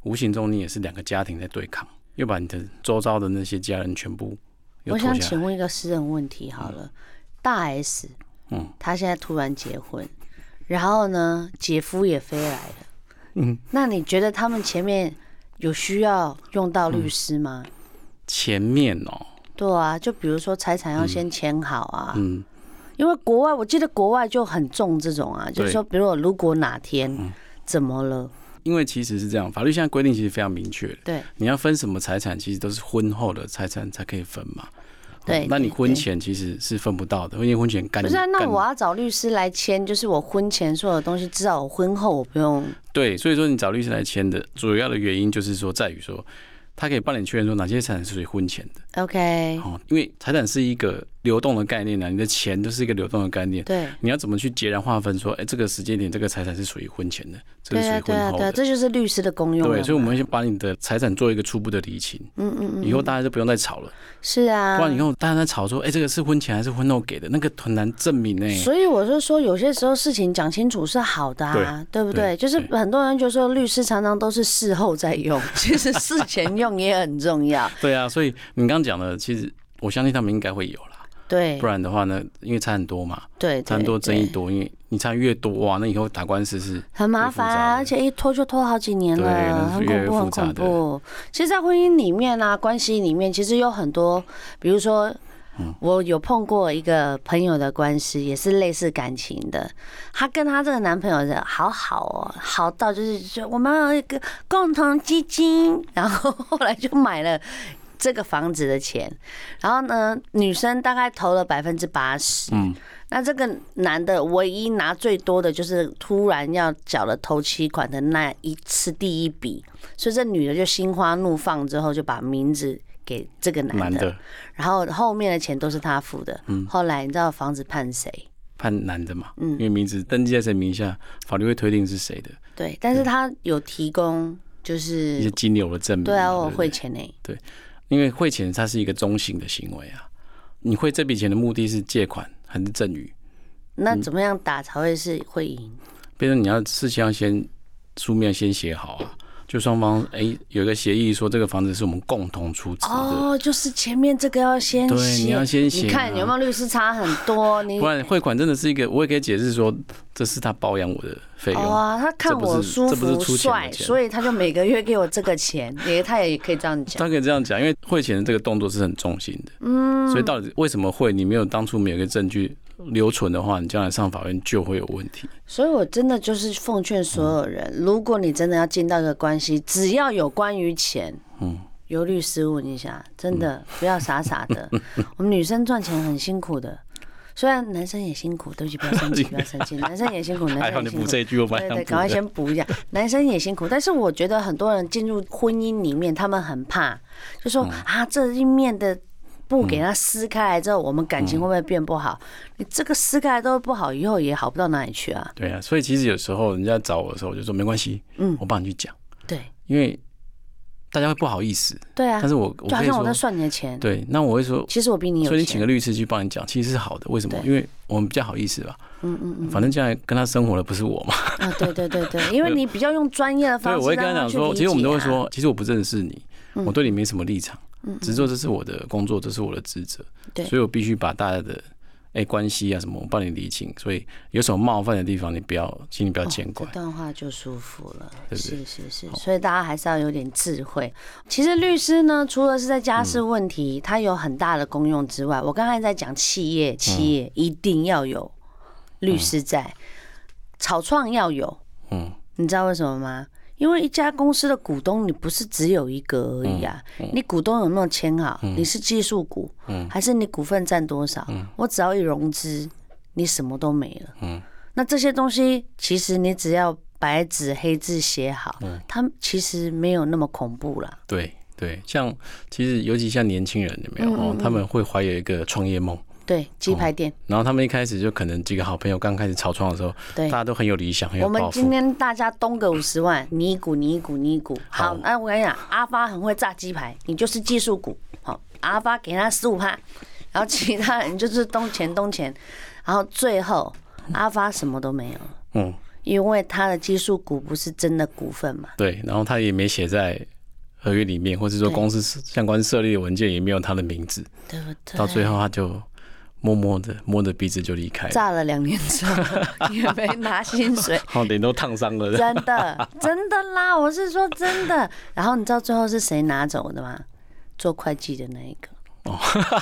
[SPEAKER 2] 无形中你也是两个家庭在对抗，又把你的周遭的那些家人全部又
[SPEAKER 1] 我
[SPEAKER 2] 拖
[SPEAKER 1] 想
[SPEAKER 2] 下
[SPEAKER 1] 请
[SPEAKER 2] 来。
[SPEAKER 1] 问一个私人问题好了，大 S，
[SPEAKER 2] 嗯
[SPEAKER 1] 她现在突然结婚，然后呢，姐夫也飞来了，嗯，那你觉得他们前面有需要用到律师吗？
[SPEAKER 2] 嗯前面哦，
[SPEAKER 1] 对啊，就比如说财产要先签好啊，
[SPEAKER 2] 嗯，
[SPEAKER 1] 因为国外我记得国外就很重这种啊，就是说，比如我如果哪天、
[SPEAKER 2] 嗯
[SPEAKER 1] 怎么了，
[SPEAKER 2] 因为其实是这样，法律现在规定其实非常明确的，
[SPEAKER 1] 对
[SPEAKER 2] 你要分什么财产，其实都是婚后的财产才可以分嘛。哦
[SPEAKER 1] 对，
[SPEAKER 2] 那你
[SPEAKER 1] 对
[SPEAKER 2] 婚。
[SPEAKER 1] 对
[SPEAKER 2] 前其实是分不到的，因为婚前干
[SPEAKER 1] 不是啊，那
[SPEAKER 2] 干
[SPEAKER 1] 我要找律师来签，就是我婚前所有的东西，至少我婚后我不用
[SPEAKER 2] 对，所以说你找律师来签的主要的原因就是说在于说，他可以帮你确认说哪些财产是属于婚前的
[SPEAKER 1] OK，
[SPEAKER 2] 哦，因为财产是一个流动的概念啊，你的钱都是一个流动的概念，
[SPEAKER 1] 对，
[SPEAKER 2] 你要怎么去截然划分说，哎、这个时间点这个财产是属于婚前的，这个
[SPEAKER 1] 对
[SPEAKER 2] 是属
[SPEAKER 1] 啊，
[SPEAKER 2] 于
[SPEAKER 1] 对
[SPEAKER 2] 婚
[SPEAKER 1] 啊，
[SPEAKER 2] 后
[SPEAKER 1] 对啊，
[SPEAKER 2] 的。
[SPEAKER 1] 这就是律师的功用了嘛。
[SPEAKER 2] 对，所以我们先把你的财产做一个初步的厘清，嗯嗯嗯，以后大家就不用再吵了，
[SPEAKER 1] 是啊
[SPEAKER 2] 不，然以后大家在吵说，哎、这个是婚前还是婚后给的，那个很难证明呢、
[SPEAKER 1] 所以我就说，有些时候事情讲清楚是好的啊，对不对？
[SPEAKER 2] 对
[SPEAKER 1] 就是很多人就说，律师常常都是事后再用， <laughs> 其实事前用也很重要。
[SPEAKER 2] 对啊，所以你刚刚讲的，其实我相信他们应该会有啦，
[SPEAKER 1] 对
[SPEAKER 2] 不，然的话呢，因为差很多嘛，
[SPEAKER 1] 嗯对，
[SPEAKER 2] 差
[SPEAKER 1] 对
[SPEAKER 2] 很多争议
[SPEAKER 1] 对
[SPEAKER 2] 多，因为你差越多啊哇，那以后打官司是
[SPEAKER 1] 很麻
[SPEAKER 2] 越复杂
[SPEAKER 1] 烦啊，
[SPEAKER 2] 的
[SPEAKER 1] 而且一拖就拖好几年
[SPEAKER 2] 对
[SPEAKER 1] 了，
[SPEAKER 2] 那
[SPEAKER 1] 很
[SPEAKER 2] 是
[SPEAKER 1] 恐
[SPEAKER 2] 越
[SPEAKER 1] 怖，
[SPEAKER 2] 复
[SPEAKER 1] 很
[SPEAKER 2] 杂
[SPEAKER 1] 恐
[SPEAKER 2] 的
[SPEAKER 1] 怖。其实，在婚姻里面啊，关系里面，其实有很多，比如说。
[SPEAKER 2] 嗯
[SPEAKER 1] 我有碰过一个朋友的官司，也是类似感情的。她跟她这个男朋友的好好哦，好到就是说我们有一个共同基金，然后后来就买了这个房子的钱。然后呢，女生大概投了百分之八十，
[SPEAKER 2] 嗯
[SPEAKER 1] 那这个男的唯一拿最多的就是突然要缴了头期款的那一次第一笔，所以这女的就心花怒放，之后就把名字给这个男
[SPEAKER 2] 难
[SPEAKER 1] 的，嗯
[SPEAKER 2] 的，
[SPEAKER 1] 然后后面的钱都是他付的。后来你知道房子判谁？
[SPEAKER 2] 判难的嘛，
[SPEAKER 1] 嗯
[SPEAKER 2] 因为名字登记在谁名下，法律会推定是谁的
[SPEAKER 1] 对，但是他有提供就
[SPEAKER 2] 一些
[SPEAKER 1] 是
[SPEAKER 2] 金流的证明嘛。
[SPEAKER 1] 对啊，我
[SPEAKER 2] 不
[SPEAKER 1] 汇钱呢。
[SPEAKER 2] 因为汇钱它是一个中性的行为啊，你汇这笔钱的目的是借款还是赠与？
[SPEAKER 1] 那怎么样打才会是会赢？
[SPEAKER 2] 比如说你要事先要先书面先写好啊，就双方哎、有一个协议说这个房子是我们共同出资的。
[SPEAKER 1] 哦，就是前面这个要先
[SPEAKER 2] 对
[SPEAKER 1] 写，
[SPEAKER 2] 你要先
[SPEAKER 1] 你
[SPEAKER 2] 写
[SPEAKER 1] 看
[SPEAKER 2] 啊
[SPEAKER 1] 有没有律师差很多，你
[SPEAKER 2] 不然汇款真的是一个，我也可以解释说，这是他包养我的费用。
[SPEAKER 1] 哦，他看
[SPEAKER 2] 这不
[SPEAKER 1] 我
[SPEAKER 2] 是
[SPEAKER 1] 舒
[SPEAKER 2] 这不是
[SPEAKER 1] 服
[SPEAKER 2] 出钱的
[SPEAKER 1] 帅，
[SPEAKER 2] 钱
[SPEAKER 1] 所以他就每个月给我这个钱，也他也可以这样讲。
[SPEAKER 2] 他可以这样讲，因为汇钱的这个动作是很中性的，嗯，所以到底为什么汇？你没有当初没有一个证据留存的话，你将来上法院就会有问题。
[SPEAKER 1] 所以我真的就是奉劝所有人，如果你真的要进到一个关系，只要有关于钱，嗯
[SPEAKER 2] 嗯。
[SPEAKER 1] 有律
[SPEAKER 2] <laughs>
[SPEAKER 1] 师问一下，真的不要傻傻的。我们女生赚钱很辛苦的，虽然男生也辛苦，对不起，不要生气，不要
[SPEAKER 2] <laughs>
[SPEAKER 1] 生气，男生也辛苦，男
[SPEAKER 2] 还好
[SPEAKER 1] 生也
[SPEAKER 2] 哎你
[SPEAKER 1] 辛
[SPEAKER 2] 补
[SPEAKER 1] 苦。
[SPEAKER 2] 这一句，我本来
[SPEAKER 1] 对
[SPEAKER 2] 想
[SPEAKER 1] 对，
[SPEAKER 2] 补
[SPEAKER 1] 赶快
[SPEAKER 2] 的。
[SPEAKER 1] 先补一
[SPEAKER 2] <laughs>
[SPEAKER 1] 下，男生也辛苦，但是我觉得很多人进入婚姻里面，他们很怕，就
[SPEAKER 2] 嗯
[SPEAKER 1] 说、啊这一面的布给它撕开来之后，我们感情会不会变不好？
[SPEAKER 2] 嗯
[SPEAKER 1] 你这个撕开来都不好，以后也好不到哪里去啊。
[SPEAKER 2] 对啊，所以其实有时候人家找我的时候，我就说没关系，
[SPEAKER 1] 嗯
[SPEAKER 2] 我帮你去讲，
[SPEAKER 1] 对
[SPEAKER 2] 因为大家会不好意思，
[SPEAKER 1] 对啊
[SPEAKER 2] 但，是我我
[SPEAKER 1] 就好
[SPEAKER 2] 可以
[SPEAKER 1] 像我在
[SPEAKER 2] 说，
[SPEAKER 1] 算你的钱，
[SPEAKER 2] 对，那我会说，
[SPEAKER 1] 其实我比你
[SPEAKER 2] 所以
[SPEAKER 1] 有
[SPEAKER 2] 你
[SPEAKER 1] 嗯
[SPEAKER 2] 请
[SPEAKER 1] 钱。
[SPEAKER 2] 个律师去帮你讲，其实是好的，为什么？
[SPEAKER 1] 对
[SPEAKER 2] 因为我们比较好意思吧，
[SPEAKER 1] 嗯嗯嗯，
[SPEAKER 2] 反正将来跟他生活的不是我嘛，
[SPEAKER 1] 啊，对对对对，因为你比较用专业的
[SPEAKER 2] 对，
[SPEAKER 1] 方式，
[SPEAKER 2] 我会跟他讲说，其实我们都会，说，其实我不认识你，
[SPEAKER 1] 啊嗯
[SPEAKER 2] 我对你没什么立场，
[SPEAKER 1] 嗯嗯
[SPEAKER 2] 只是说这是我的工作，这是我的职责，
[SPEAKER 1] 对
[SPEAKER 2] 所以我必须把大家的哎、关系啊什么，我帮你理清，所以有什么冒犯的地方，你不要，请你不要
[SPEAKER 1] 哦
[SPEAKER 2] 见怪
[SPEAKER 1] 这。段话就舒服了，
[SPEAKER 2] 对不
[SPEAKER 1] 是是是，所以大家还是要有点智慧。其实律师呢，除了是在家事问题，它有很大的功用之外，我刚才在讲企业，企业一定要有律师在，草创要有，
[SPEAKER 2] 嗯，
[SPEAKER 1] 你知道为什么吗？因为一家公司的股东，你不是只有一个而已啊，你股东有没有签好？你是技术股，还是你股份占多少？我只要一融资，你什么都没了。那这些东西其实你只要白纸黑字写好，它其实没有那么恐怖啦。
[SPEAKER 2] 对对，像其实尤其像年轻人有
[SPEAKER 1] 嗯
[SPEAKER 2] 没有？哦他们会怀有一个创业梦，
[SPEAKER 1] 对，鸡排店，
[SPEAKER 2] 然后他们一开始就可能几个好朋友刚开始草创的时候，
[SPEAKER 1] 对
[SPEAKER 2] 大。家都很有理想，很
[SPEAKER 1] 我
[SPEAKER 2] 有
[SPEAKER 1] 们
[SPEAKER 2] 抱
[SPEAKER 1] 今
[SPEAKER 2] 负。
[SPEAKER 1] 天大家东个五十万，你一股你一股你一股。好
[SPEAKER 2] 好，
[SPEAKER 1] 那我跟你讲，阿发很会炸鸡排，你就是技术股。好，阿发给他十五趴，然后其他人就是东钱东钱，然后最后阿发什么都没有了，
[SPEAKER 2] 嗯，
[SPEAKER 1] 因为他的技术股不是真的股份嘛。
[SPEAKER 2] 对，然后他也没写在合约里面，或是说
[SPEAKER 1] 对
[SPEAKER 2] 公司相关设立的文件也没有他的名字，
[SPEAKER 1] 对不对？
[SPEAKER 2] 到最后他就默默的摸着鼻子就离开了，
[SPEAKER 1] 炸了两年之后 <laughs> 也没拿薪水，
[SPEAKER 2] 然后哦脸都烫伤
[SPEAKER 1] <laughs>
[SPEAKER 2] 了。
[SPEAKER 1] 真的真的啦，我是说真的。然后你知道最后是谁拿走的吗？做会计的那一个。
[SPEAKER 2] <laughs>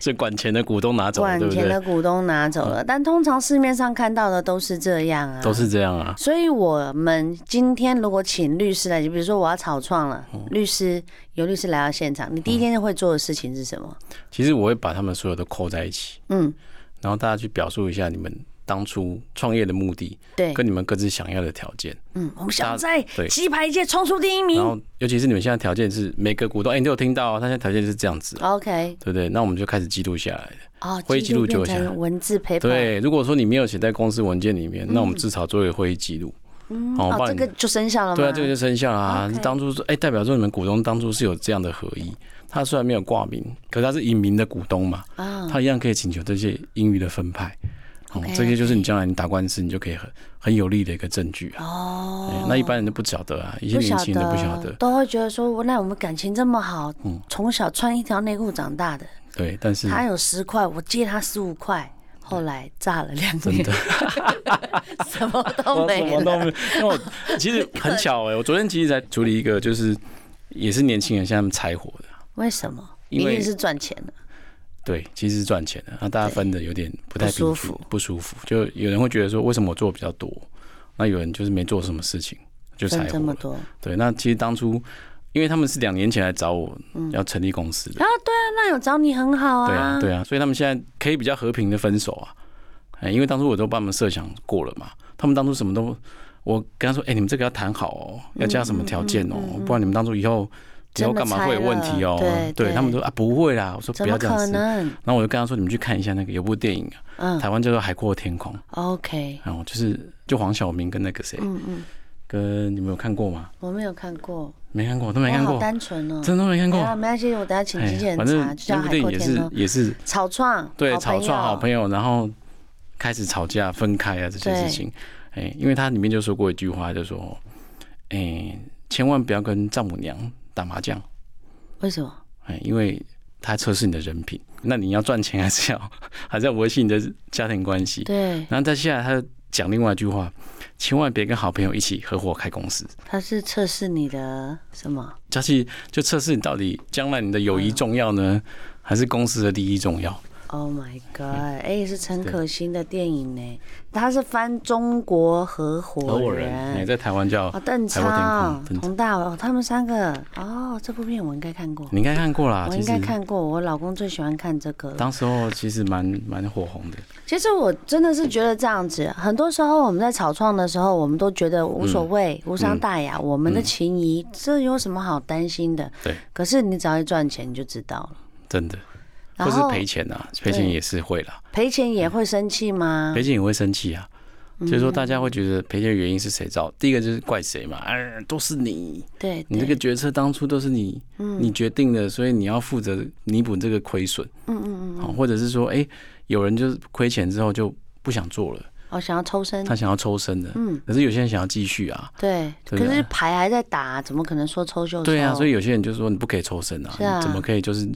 [SPEAKER 2] 所以管钱的股东拿走了，对
[SPEAKER 1] 管
[SPEAKER 2] 不
[SPEAKER 1] 钱
[SPEAKER 2] 对
[SPEAKER 1] 的？股东拿走了，但通常市面上看到的都是这样啊，
[SPEAKER 2] 嗯都是这样啊。
[SPEAKER 1] 所以我们今天如果请律师来，比如说我要草创了，
[SPEAKER 2] 嗯
[SPEAKER 1] 律师有律师来到现场，你第一件会做的事情是什么？
[SPEAKER 2] 其实我会把他们所有都扣在一起，
[SPEAKER 1] 嗯，
[SPEAKER 2] 然后大家去表述一下你们当初创业的目的，
[SPEAKER 1] 对，
[SPEAKER 2] 跟你们各自想要的条件。
[SPEAKER 1] 嗯，我们想在
[SPEAKER 2] 对
[SPEAKER 1] 鸡排界冲出第一
[SPEAKER 2] 然
[SPEAKER 1] 名。
[SPEAKER 2] 后，尤其是你们现在条件是每个股东，哎、你都有听到、啊，他现在条件是这样子、啊，
[SPEAKER 1] OK，
[SPEAKER 2] 对不对？那我们就开始记录下来。
[SPEAKER 1] 哦，
[SPEAKER 2] 会议记录就
[SPEAKER 1] 变
[SPEAKER 2] 有
[SPEAKER 1] 成文字陪伴。
[SPEAKER 2] 对，如果说你没有写在公司文件里面，那我们至少做一个会议记录。嗯，好，
[SPEAKER 1] 哦，
[SPEAKER 2] 帮
[SPEAKER 1] 嗯这
[SPEAKER 2] 你
[SPEAKER 1] 个就生效了吗？
[SPEAKER 2] 对啊，这个就生效啦、
[SPEAKER 1] OK
[SPEAKER 2] 当初说，哎、代表说你们股东当初是有这样的合意，他虽然没有挂名，可是他是隐名的股东嘛，
[SPEAKER 1] 啊
[SPEAKER 2] 他一样可以请求这些英语的分派。哦
[SPEAKER 1] OK，
[SPEAKER 2] 这些就是你将来你打官司，你就可以很很有力的一个证据啊。哎
[SPEAKER 1] 哦，
[SPEAKER 2] 那一般人都不晓得啊，一些年轻人都不晓得。嗯
[SPEAKER 1] 都会觉得说，我那我们感情这么好，从小穿一条内裤长大的。
[SPEAKER 2] 对，但是
[SPEAKER 1] 他有十块，我借他十五块，后来炸了两年， <laughs> 什么都
[SPEAKER 2] 我什
[SPEAKER 1] 没
[SPEAKER 2] 么都
[SPEAKER 1] 了。
[SPEAKER 2] 没有。因为我其实很巧哎、我昨天其实在处理一个，就是也是年轻人现在他们柴火的，
[SPEAKER 1] 为什么？
[SPEAKER 2] 因
[SPEAKER 1] 一
[SPEAKER 2] 为
[SPEAKER 1] 定是赚钱的。
[SPEAKER 2] 对，其实是赚钱的，那大家分的有点不太
[SPEAKER 1] 不舒
[SPEAKER 2] 平均
[SPEAKER 1] 服，
[SPEAKER 2] 不舒服。就有人会觉得说，为什么我做比较多？那有人就是没做什么事情就
[SPEAKER 1] 赚
[SPEAKER 2] 柴
[SPEAKER 1] 这
[SPEAKER 2] 火
[SPEAKER 1] 么
[SPEAKER 2] 了。
[SPEAKER 1] 多啊？
[SPEAKER 2] 对，那其实当初因为他们是两年前来找我
[SPEAKER 1] 嗯
[SPEAKER 2] 要成立公司的，
[SPEAKER 1] 对啊，那有找你很好
[SPEAKER 2] 对啊
[SPEAKER 1] 啊。
[SPEAKER 2] 对啊，所以他们现在可以比较和平的分手啊。哎，因为当初我都帮他们设想过了嘛，他们当初什么都，我跟他说，哎、你们这个要谈好哦，要加什么条件
[SPEAKER 1] 嗯
[SPEAKER 2] 哦，不然你们当初以后以
[SPEAKER 1] 真
[SPEAKER 2] 后
[SPEAKER 1] 的
[SPEAKER 2] 干嘛会有
[SPEAKER 1] 拆了
[SPEAKER 2] 问题哦？
[SPEAKER 1] 对对
[SPEAKER 2] 他们说啊不会啦，我说
[SPEAKER 1] 怎
[SPEAKER 2] 不要
[SPEAKER 1] 么
[SPEAKER 2] 这样
[SPEAKER 1] 可
[SPEAKER 2] 子。
[SPEAKER 1] 能？
[SPEAKER 2] 然后我就跟他说，你们去看一下那个有部电影啊，
[SPEAKER 1] 嗯
[SPEAKER 2] 台湾叫做《海阔天空》，
[SPEAKER 1] ，OK，
[SPEAKER 2] 然后就是就黄晓明跟那个谁，
[SPEAKER 1] 嗯嗯，
[SPEAKER 2] 跟你们有看过吗？
[SPEAKER 1] 我没有看过，
[SPEAKER 2] 没看过，都
[SPEAKER 1] 我
[SPEAKER 2] 没看
[SPEAKER 1] 好
[SPEAKER 2] 过，
[SPEAKER 1] 单纯哦。
[SPEAKER 2] 真的都没看
[SPEAKER 1] 没
[SPEAKER 2] 过。哎
[SPEAKER 1] 有没关系，我等下请经纪人
[SPEAKER 2] 反
[SPEAKER 1] 查，
[SPEAKER 2] 正
[SPEAKER 1] 就叫
[SPEAKER 2] 那部
[SPEAKER 1] 海
[SPEAKER 2] 电
[SPEAKER 1] 阔
[SPEAKER 2] 影也
[SPEAKER 1] 天
[SPEAKER 2] 是
[SPEAKER 1] 空。
[SPEAKER 2] 也是
[SPEAKER 1] 草创，
[SPEAKER 2] 对草创好朋
[SPEAKER 1] 友，
[SPEAKER 2] 友，然后开始吵架、分开啊这些
[SPEAKER 1] 对
[SPEAKER 2] 事情。哎、因为他里面就说过一句话，就说：“哎、千万不要跟丈母娘打麻将，
[SPEAKER 1] 为什么？
[SPEAKER 2] 哎、因为他测试你的人品。那你要赚钱还是要 <laughs> 还是要维系你的家庭关系？
[SPEAKER 1] 对，
[SPEAKER 2] 然后再下来，他讲另外一句话：千万别跟好朋友一起合伙开公司。”
[SPEAKER 1] 他是测试你的什么？
[SPEAKER 2] 佳
[SPEAKER 1] 嗯
[SPEAKER 2] 琪就测试你到底将来你的友谊重要呢，还是公司的利益重要？
[SPEAKER 1] Oh my god！哎、
[SPEAKER 2] 嗯
[SPEAKER 1] 是陈可辛的电影呢，他是翻中国合
[SPEAKER 2] 合
[SPEAKER 1] 伙
[SPEAKER 2] 伙人，也
[SPEAKER 1] 人。
[SPEAKER 2] 哎在台湾叫
[SPEAKER 1] 哦，邓
[SPEAKER 2] 海阔天
[SPEAKER 1] 超
[SPEAKER 2] 空、分
[SPEAKER 1] 佟大为，哦，他们三个哦，这部片我应该看过，
[SPEAKER 2] 你应该看过啦，
[SPEAKER 1] 我
[SPEAKER 2] 嗯啊其
[SPEAKER 1] 应
[SPEAKER 2] 实
[SPEAKER 1] 该看过，我老公最喜欢看这个了。
[SPEAKER 2] 当时候其实蛮蛮火红的，
[SPEAKER 1] 其实我真的是觉得这样子，很多时候我们在草创的时候，我们都觉得无所谓、
[SPEAKER 2] 嗯
[SPEAKER 1] 无伤大雅，我们的情谊、这有什么好担心的？
[SPEAKER 2] 对。
[SPEAKER 1] 可是你只要一赚钱，你就知道了。
[SPEAKER 2] 真的，
[SPEAKER 1] 然
[SPEAKER 2] 或是
[SPEAKER 1] 后
[SPEAKER 2] 赔钱啊，赔钱也是会啦，
[SPEAKER 1] 赔钱也会生气吗
[SPEAKER 2] 赔？钱也会生气啊。
[SPEAKER 1] 嗯
[SPEAKER 2] 所以说，大家会觉得赔钱的原因是谁造？第一个就是怪谁嘛，哎，都是你，
[SPEAKER 1] 对，
[SPEAKER 2] 你这个决策当初都是你，你决定的，所以你要负责弥补这个亏损。
[SPEAKER 1] 嗯嗯嗯，
[SPEAKER 2] 好，或者是说，哎，有人就是亏钱之后就不想做了，
[SPEAKER 1] 我哦想要抽身
[SPEAKER 2] 他，想要抽身的，
[SPEAKER 1] 嗯
[SPEAKER 2] 可是有些人想要继续啊，
[SPEAKER 1] 对，可
[SPEAKER 2] 对啊
[SPEAKER 1] 是牌还在打，怎么可能说抽就抽？
[SPEAKER 2] 对啊，所以有些人就说你不可以抽身啊，
[SPEAKER 1] 是啊
[SPEAKER 2] 你怎么可以就是，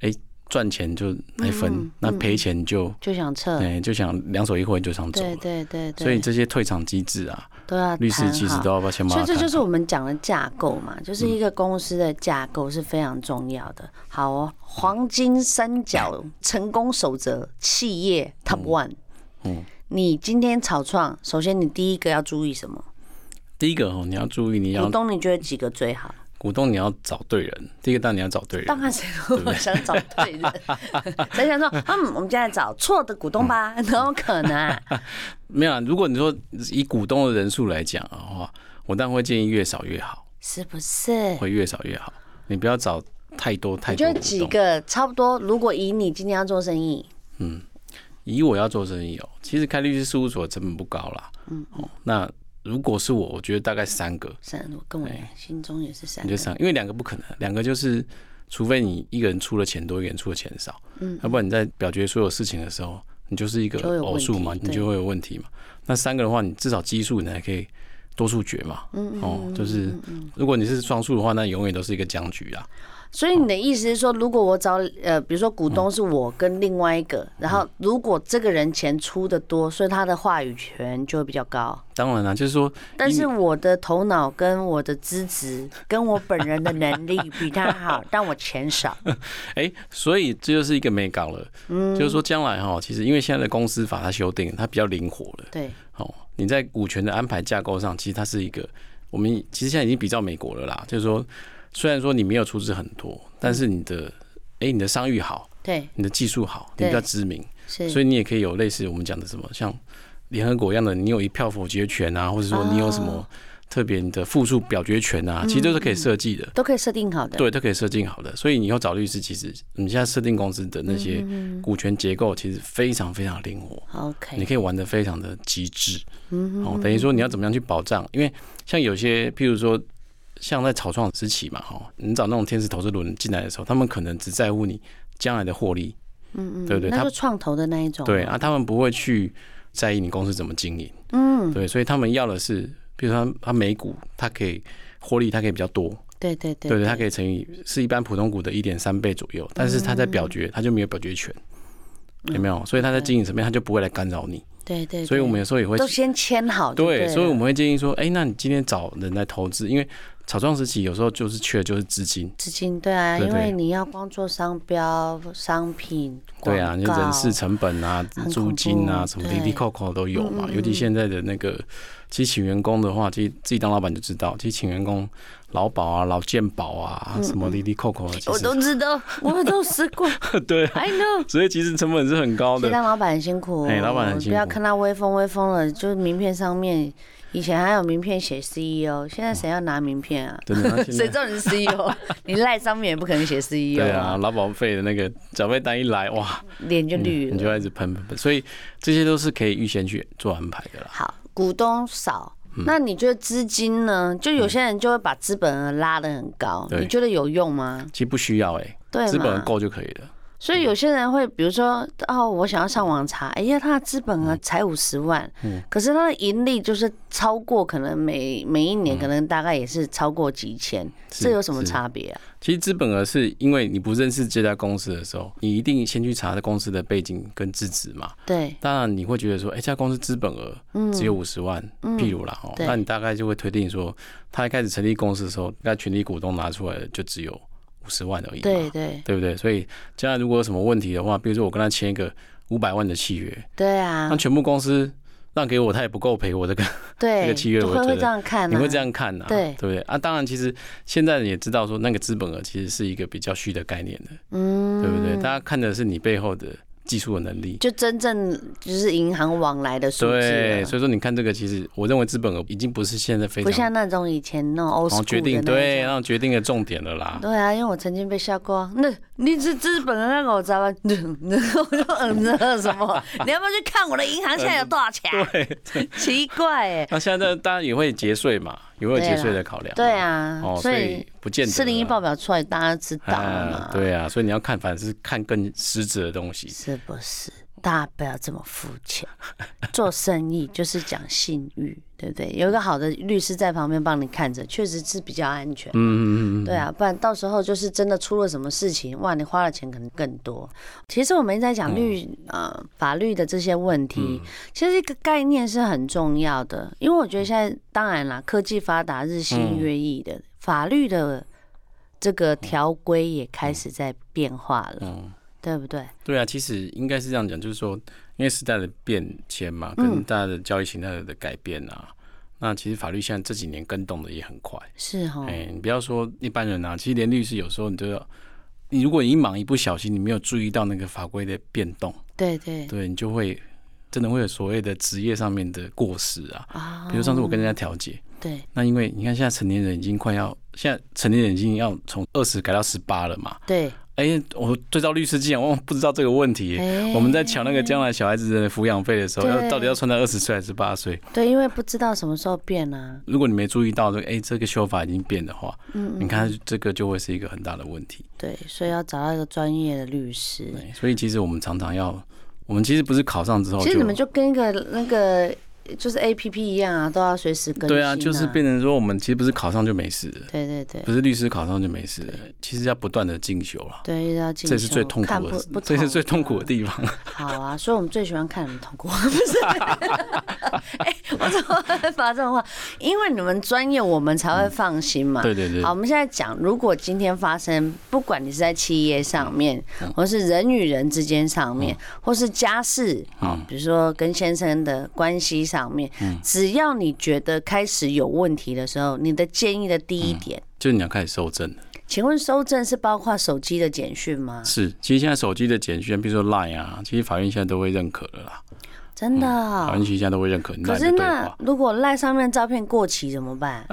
[SPEAKER 2] 哎，赚钱就来
[SPEAKER 1] 嗯
[SPEAKER 2] 分，那赔钱就，
[SPEAKER 1] 就想撤。
[SPEAKER 2] 哎，就想两手一挥就想
[SPEAKER 1] 嗯
[SPEAKER 2] 走
[SPEAKER 1] 对
[SPEAKER 2] 了。
[SPEAKER 1] 对对对，
[SPEAKER 2] 所以这些退场机制啊，
[SPEAKER 1] 都要
[SPEAKER 2] 律师
[SPEAKER 1] 谈
[SPEAKER 2] 其实
[SPEAKER 1] 好
[SPEAKER 2] 都要把嗯钱
[SPEAKER 1] 所
[SPEAKER 2] 把
[SPEAKER 1] 以
[SPEAKER 2] 它
[SPEAKER 1] 这
[SPEAKER 2] 谈
[SPEAKER 1] 就是
[SPEAKER 2] 好
[SPEAKER 1] 我们讲的架构嘛，就是一个公司的架构是非常重要的。好哦，黄金三角成功守则，企业 Top One。
[SPEAKER 2] 嗯
[SPEAKER 1] 你今天草创，首先你第一个要注意什么？
[SPEAKER 2] 第一个哦，你要注意，你
[SPEAKER 1] 股
[SPEAKER 2] 要
[SPEAKER 1] 东你觉得几个最好？
[SPEAKER 2] 股东你要找对人，第一个当然你要找对
[SPEAKER 1] 当
[SPEAKER 2] 人，
[SPEAKER 1] 然谁都想找对
[SPEAKER 2] <laughs>
[SPEAKER 1] 人，谁想说嗯，我们现在找错的股东吧？
[SPEAKER 2] 嗯
[SPEAKER 1] 哪有可能啊？
[SPEAKER 2] 没有啊。如果你说以股东的人数来讲的话，我当然会建议越少越好，
[SPEAKER 1] 是不是？
[SPEAKER 2] 会越少越好。你不要找太多太
[SPEAKER 1] 你
[SPEAKER 2] 多
[SPEAKER 1] 觉
[SPEAKER 2] 股
[SPEAKER 1] 得几
[SPEAKER 2] 东。
[SPEAKER 1] 个差不多？如果以你今天要做生意，
[SPEAKER 2] 以我要做生意哦，其实开律师事务所成本不高啦。嗯，哦，那如果是我，我觉得大概三个，
[SPEAKER 1] 三，我跟我心中也是三
[SPEAKER 2] 你
[SPEAKER 1] 个
[SPEAKER 2] 就。三个，因为两个不可能，两个就是除非你一个人出的钱多，一个人出的钱少，嗯，要不然你在表决所有事情的时候，你就是一个
[SPEAKER 1] 就会有问
[SPEAKER 2] 偶数嘛，
[SPEAKER 1] 题
[SPEAKER 2] 你
[SPEAKER 1] 对
[SPEAKER 2] 就会有问题嘛。那三个的话，你至少基数你还可以多数决嘛，嗯哦，就是如果你是双数的话，那永远都是一个僵局啦。
[SPEAKER 1] 所以你的意思是说，如果我找呃，比如说股东是我跟另外一个，
[SPEAKER 2] 嗯
[SPEAKER 1] 然后如果这个人钱出的多，所以他的话语权就会比较高。
[SPEAKER 2] 当然啦，就是说，
[SPEAKER 1] 但是我的头脑跟我的资质跟我本人的能力比他
[SPEAKER 2] <laughs>
[SPEAKER 1] 好，但我钱少。
[SPEAKER 2] 哎、所以这就是一个没搞了，嗯，就是说将来哈，其实因为现在的公司法它修订，它比较灵活了。
[SPEAKER 1] 对，
[SPEAKER 2] 哦，你在股权的安排架构上，其实它是一个，我们其实现在已经比照美国了啦。就是说，虽然说你没有出资很多，但是你的，哎、你的商誉好，
[SPEAKER 1] 对，
[SPEAKER 2] 你的技术好，你
[SPEAKER 1] 对
[SPEAKER 2] 比较知名，
[SPEAKER 1] 是。
[SPEAKER 2] 所以你也可以有类似我们讲的什么，像联合国一样的，你有一票否决权啊，或者说你有什
[SPEAKER 1] 哦
[SPEAKER 2] 么特别的复数表决权啊，其实都是可以设计的。
[SPEAKER 1] 都可以设定好的。
[SPEAKER 2] 对，都可以设定好的，所以你以后找律师，其实你现在设定公司的那些
[SPEAKER 1] 嗯
[SPEAKER 2] 股权结构，其实非常非常灵活。你
[SPEAKER 1] ，OK，
[SPEAKER 2] 可以玩的非常的极致。哦，等于说你要怎么样去保障？因为像有些，譬如说像在草创时期嘛，哈、你找那种天使投资轮进来的时候，他们可能只在乎你将来的获利，嗯嗯，对不对？
[SPEAKER 1] 那
[SPEAKER 2] 他
[SPEAKER 1] 就创投的那一种。
[SPEAKER 2] 对，啊，他们不会去在意你公司怎么经营，嗯，对，所以他们要的是，譬如说他他每股它可以获利，它可以比较多，
[SPEAKER 1] 对对对
[SPEAKER 2] 对对，它可以乘以是一般普通股的一点三倍左右，但是它在表决，它就没有表决权。有没有？所以他在经营层面，他就不会来干扰你。
[SPEAKER 1] 对对。
[SPEAKER 2] 所以我们有时候也会
[SPEAKER 1] 对都先签好就
[SPEAKER 2] 对，
[SPEAKER 1] 了
[SPEAKER 2] 所以我们会建议说，哎、那你今天找人来投资，因为草创时期有时候就是缺的就是资金，
[SPEAKER 1] 资金对啊，
[SPEAKER 2] 对
[SPEAKER 1] 因
[SPEAKER 2] 对
[SPEAKER 1] 为你要光做商标、商品、广
[SPEAKER 2] 对啊，你
[SPEAKER 1] 告
[SPEAKER 2] 人事成本啊
[SPEAKER 1] 很、恐
[SPEAKER 2] 租金啊，
[SPEAKER 1] 怖
[SPEAKER 2] 什么
[SPEAKER 1] 对嗯
[SPEAKER 2] 滴滴扣扣都有嘛。尤其现在的那个，其实请员工的话，其实自己当老板就知道，其实请员工劳保啊、劳健保啊，什么滴滴扣扣啊，其
[SPEAKER 1] 嗯我
[SPEAKER 2] 实
[SPEAKER 1] 都知道，我都试过
[SPEAKER 2] <laughs> 对啊，
[SPEAKER 1] ，I know。
[SPEAKER 2] 所以其实成本是很高
[SPEAKER 1] 所以
[SPEAKER 2] 的。
[SPEAKER 1] 当老板很辛苦，哦
[SPEAKER 2] 哎老板很辛
[SPEAKER 1] 不
[SPEAKER 2] 苦
[SPEAKER 1] 要看他威风威风了，就是名片上面以前还有名片写 CEO，现在谁要拿名片啊？
[SPEAKER 2] 真的，那哦
[SPEAKER 1] <laughs>
[SPEAKER 2] 现
[SPEAKER 1] 谁
[SPEAKER 2] 在
[SPEAKER 1] 知道你是
[SPEAKER 2] <laughs>
[SPEAKER 1] CEO？你赖上面也不可能写 E CEO
[SPEAKER 2] 对啊，，劳保费的那个缴费单一来，哇，
[SPEAKER 1] 脸就绿
[SPEAKER 2] 嗯你就
[SPEAKER 1] 了。
[SPEAKER 2] 要一直喷喷喷，所以这些都是可以预先去做安排的啦。
[SPEAKER 1] 好，股东少。
[SPEAKER 2] 嗯
[SPEAKER 1] 那你觉得资金呢？就有些人就会把资本额拉得很高，
[SPEAKER 2] 嗯对
[SPEAKER 1] 你觉得有用吗？
[SPEAKER 2] 其实不需要哎、
[SPEAKER 1] 对嘛
[SPEAKER 2] 资本够就可以了。
[SPEAKER 1] 所以有些人会，比如说，哦，我想要上网查，哎呀，他的资本额
[SPEAKER 2] 嗯
[SPEAKER 1] 才五十万，可是他的盈利就是超过，可能每每一年可能大概也是超过几千，
[SPEAKER 2] 嗯是
[SPEAKER 1] 这有什么
[SPEAKER 2] 是
[SPEAKER 1] 差别啊？
[SPEAKER 2] 其实资本额是因为你不认识这家公司的时候，你一定先去查公司的背景跟资质嘛。
[SPEAKER 1] 对，
[SPEAKER 2] 当然你会觉得说，哎、这家公司资本额只有五十万，譬如啦哦，
[SPEAKER 1] 嗯对
[SPEAKER 2] 那你大概就会推定说，他一开始成立公司的时候，那权利股东拿出来的就只有五五十万而已嘛，
[SPEAKER 1] 对对
[SPEAKER 2] 对不对？所以将来如果有什么问题的话，比如说我跟他签一个五百万的契约，
[SPEAKER 1] 对啊
[SPEAKER 2] 那，全部公司让给我，他也不够赔我这个，
[SPEAKER 1] 对，
[SPEAKER 2] 这个契约我
[SPEAKER 1] 会
[SPEAKER 2] 觉
[SPEAKER 1] 会
[SPEAKER 2] 得
[SPEAKER 1] 这样看、啊，
[SPEAKER 2] 你会这样看呐、啊？
[SPEAKER 1] 对
[SPEAKER 2] 不对？啊，当然，其实现在也知道说那个资本额其实是一个比较虚的概念的，
[SPEAKER 1] 嗯，
[SPEAKER 2] 对不对？大家看的是你背后的技术的能力。
[SPEAKER 1] 就真正就是银行往来的数
[SPEAKER 2] 对，
[SPEAKER 1] 字啊了，
[SPEAKER 2] 所以说你看这个，其实我认为资本额已经不是现在非
[SPEAKER 1] 不
[SPEAKER 2] 常
[SPEAKER 1] 像那种以前那种 old
[SPEAKER 2] 然后
[SPEAKER 1] school
[SPEAKER 2] 决定
[SPEAKER 1] 的那
[SPEAKER 2] 对，
[SPEAKER 1] 种
[SPEAKER 2] 然后决定的重点了啦。
[SPEAKER 1] 对啊，因为我曾经被吓过啊。那你是资本的那个我咋办？我就嗯那什么？你要不要去看我的银行现在有多少钱？
[SPEAKER 2] 对，
[SPEAKER 1] 奇怪哎、
[SPEAKER 2] 那现在当然也会节税嘛，也会有节税的考量。
[SPEAKER 1] 对，啊，
[SPEAKER 2] 哦，所
[SPEAKER 1] 所
[SPEAKER 2] 以
[SPEAKER 1] 以
[SPEAKER 2] 不见得啊。
[SPEAKER 1] 四零一报表出来，大家知道了嘛
[SPEAKER 2] 啊，？，对啊，所以你要看，反正是看更实质的东西。
[SPEAKER 1] 是不是？大家不要这么肤浅，做生意就是讲信誉，对不对？有一个好的律师在旁边帮你看着，确实是比较安全。
[SPEAKER 2] 嗯嗯嗯
[SPEAKER 1] 对啊，不然到时候就是真的出了什么事情，哇，你花的钱可能更多。其实我们一直在
[SPEAKER 2] 嗯
[SPEAKER 1] 讲律、呃法律的这些问题，其实一个概念是很重要的，因为我觉得现在当然啦，科技发达，日
[SPEAKER 2] 嗯
[SPEAKER 1] 新月异的、法律的这个条规也开始在变化了，
[SPEAKER 2] 嗯。嗯
[SPEAKER 1] 对不对？
[SPEAKER 2] 对啊，其实应该是这样讲，就是说，因为时代的变迁嘛，跟大家的交易形态的改变啊，那其实法律现在这几年跟动的也很快。
[SPEAKER 1] 是哦哈、
[SPEAKER 2] 哎、你不要说一般人啊，其实连律师有时候你都要，你如果一忙一不小心，你没有注意到那个法规的变动，
[SPEAKER 1] 对对
[SPEAKER 2] 对你就会真的会有所谓的职业上面的过失啊。
[SPEAKER 1] 啊，
[SPEAKER 2] 比如上次我跟人家调解，
[SPEAKER 1] 对
[SPEAKER 2] 那因为你看现在成年人已经快要，现在成年人已经要从二十改到十八了嘛。
[SPEAKER 1] 对，
[SPEAKER 2] 哎、我对照律师竟然忘不知道这个问题耶、
[SPEAKER 1] 哎
[SPEAKER 2] 我们在抢那个将来小孩子的抚养费的时候，
[SPEAKER 1] 对
[SPEAKER 2] 要到底要算到二十岁还是八岁？
[SPEAKER 1] 对，因为不知道什么时候变啊，
[SPEAKER 2] 如果你没注意到这个，
[SPEAKER 1] 嗯
[SPEAKER 2] 哎、这个修法已经变的话，你看这个就会是一个很大的问题。
[SPEAKER 1] 对，所以要找到一个专业的律师。
[SPEAKER 2] 对，所以其实我们常常要，我们其实不是考上之后
[SPEAKER 1] 其
[SPEAKER 2] 就
[SPEAKER 1] 实你们就跟一个那个就是 A P P 一样啊，都要随时更新、
[SPEAKER 2] 对啊，就是变成说我们其实不是考上就没事了，
[SPEAKER 1] 对对对
[SPEAKER 2] 不是律师考上就没事了，其实要不断的进修了。
[SPEAKER 1] 对，要进修，
[SPEAKER 2] 这是最痛
[SPEAKER 1] 看
[SPEAKER 2] 苦
[SPEAKER 1] 不不啊
[SPEAKER 2] 的，这是最痛苦的地方。 <laughs>
[SPEAKER 1] 方。好啊，所以我们最喜欢看你们痛苦， <laughs> 不是？哎、我怎么会把这种话？因为你们专业，我们才会放心嘛。
[SPEAKER 2] 对对对
[SPEAKER 1] 好，，我们现在讲，如果今天发生，不管你是在企业上面，
[SPEAKER 2] 嗯
[SPEAKER 1] 或是人与人之间上面，或是家事
[SPEAKER 2] 嗯
[SPEAKER 1] 啊，比如说跟先生的关系上面，只要你觉得开始有问题的时候，你的建议的第
[SPEAKER 2] 嗯
[SPEAKER 1] 一点，
[SPEAKER 2] 就是你要开始收证了。
[SPEAKER 1] 请问收证是包括手机的简讯吗？
[SPEAKER 2] 是，其实现在手机的简讯，比如说 Line 啊，其实法院现在都会认可了啦。
[SPEAKER 1] 真的
[SPEAKER 2] 法
[SPEAKER 1] 哦、
[SPEAKER 2] 院其实现在都会认可你 Line
[SPEAKER 1] 可是
[SPEAKER 2] 的对
[SPEAKER 1] 那
[SPEAKER 2] 话。哎
[SPEAKER 1] 如果赖上面照片过期怎么办？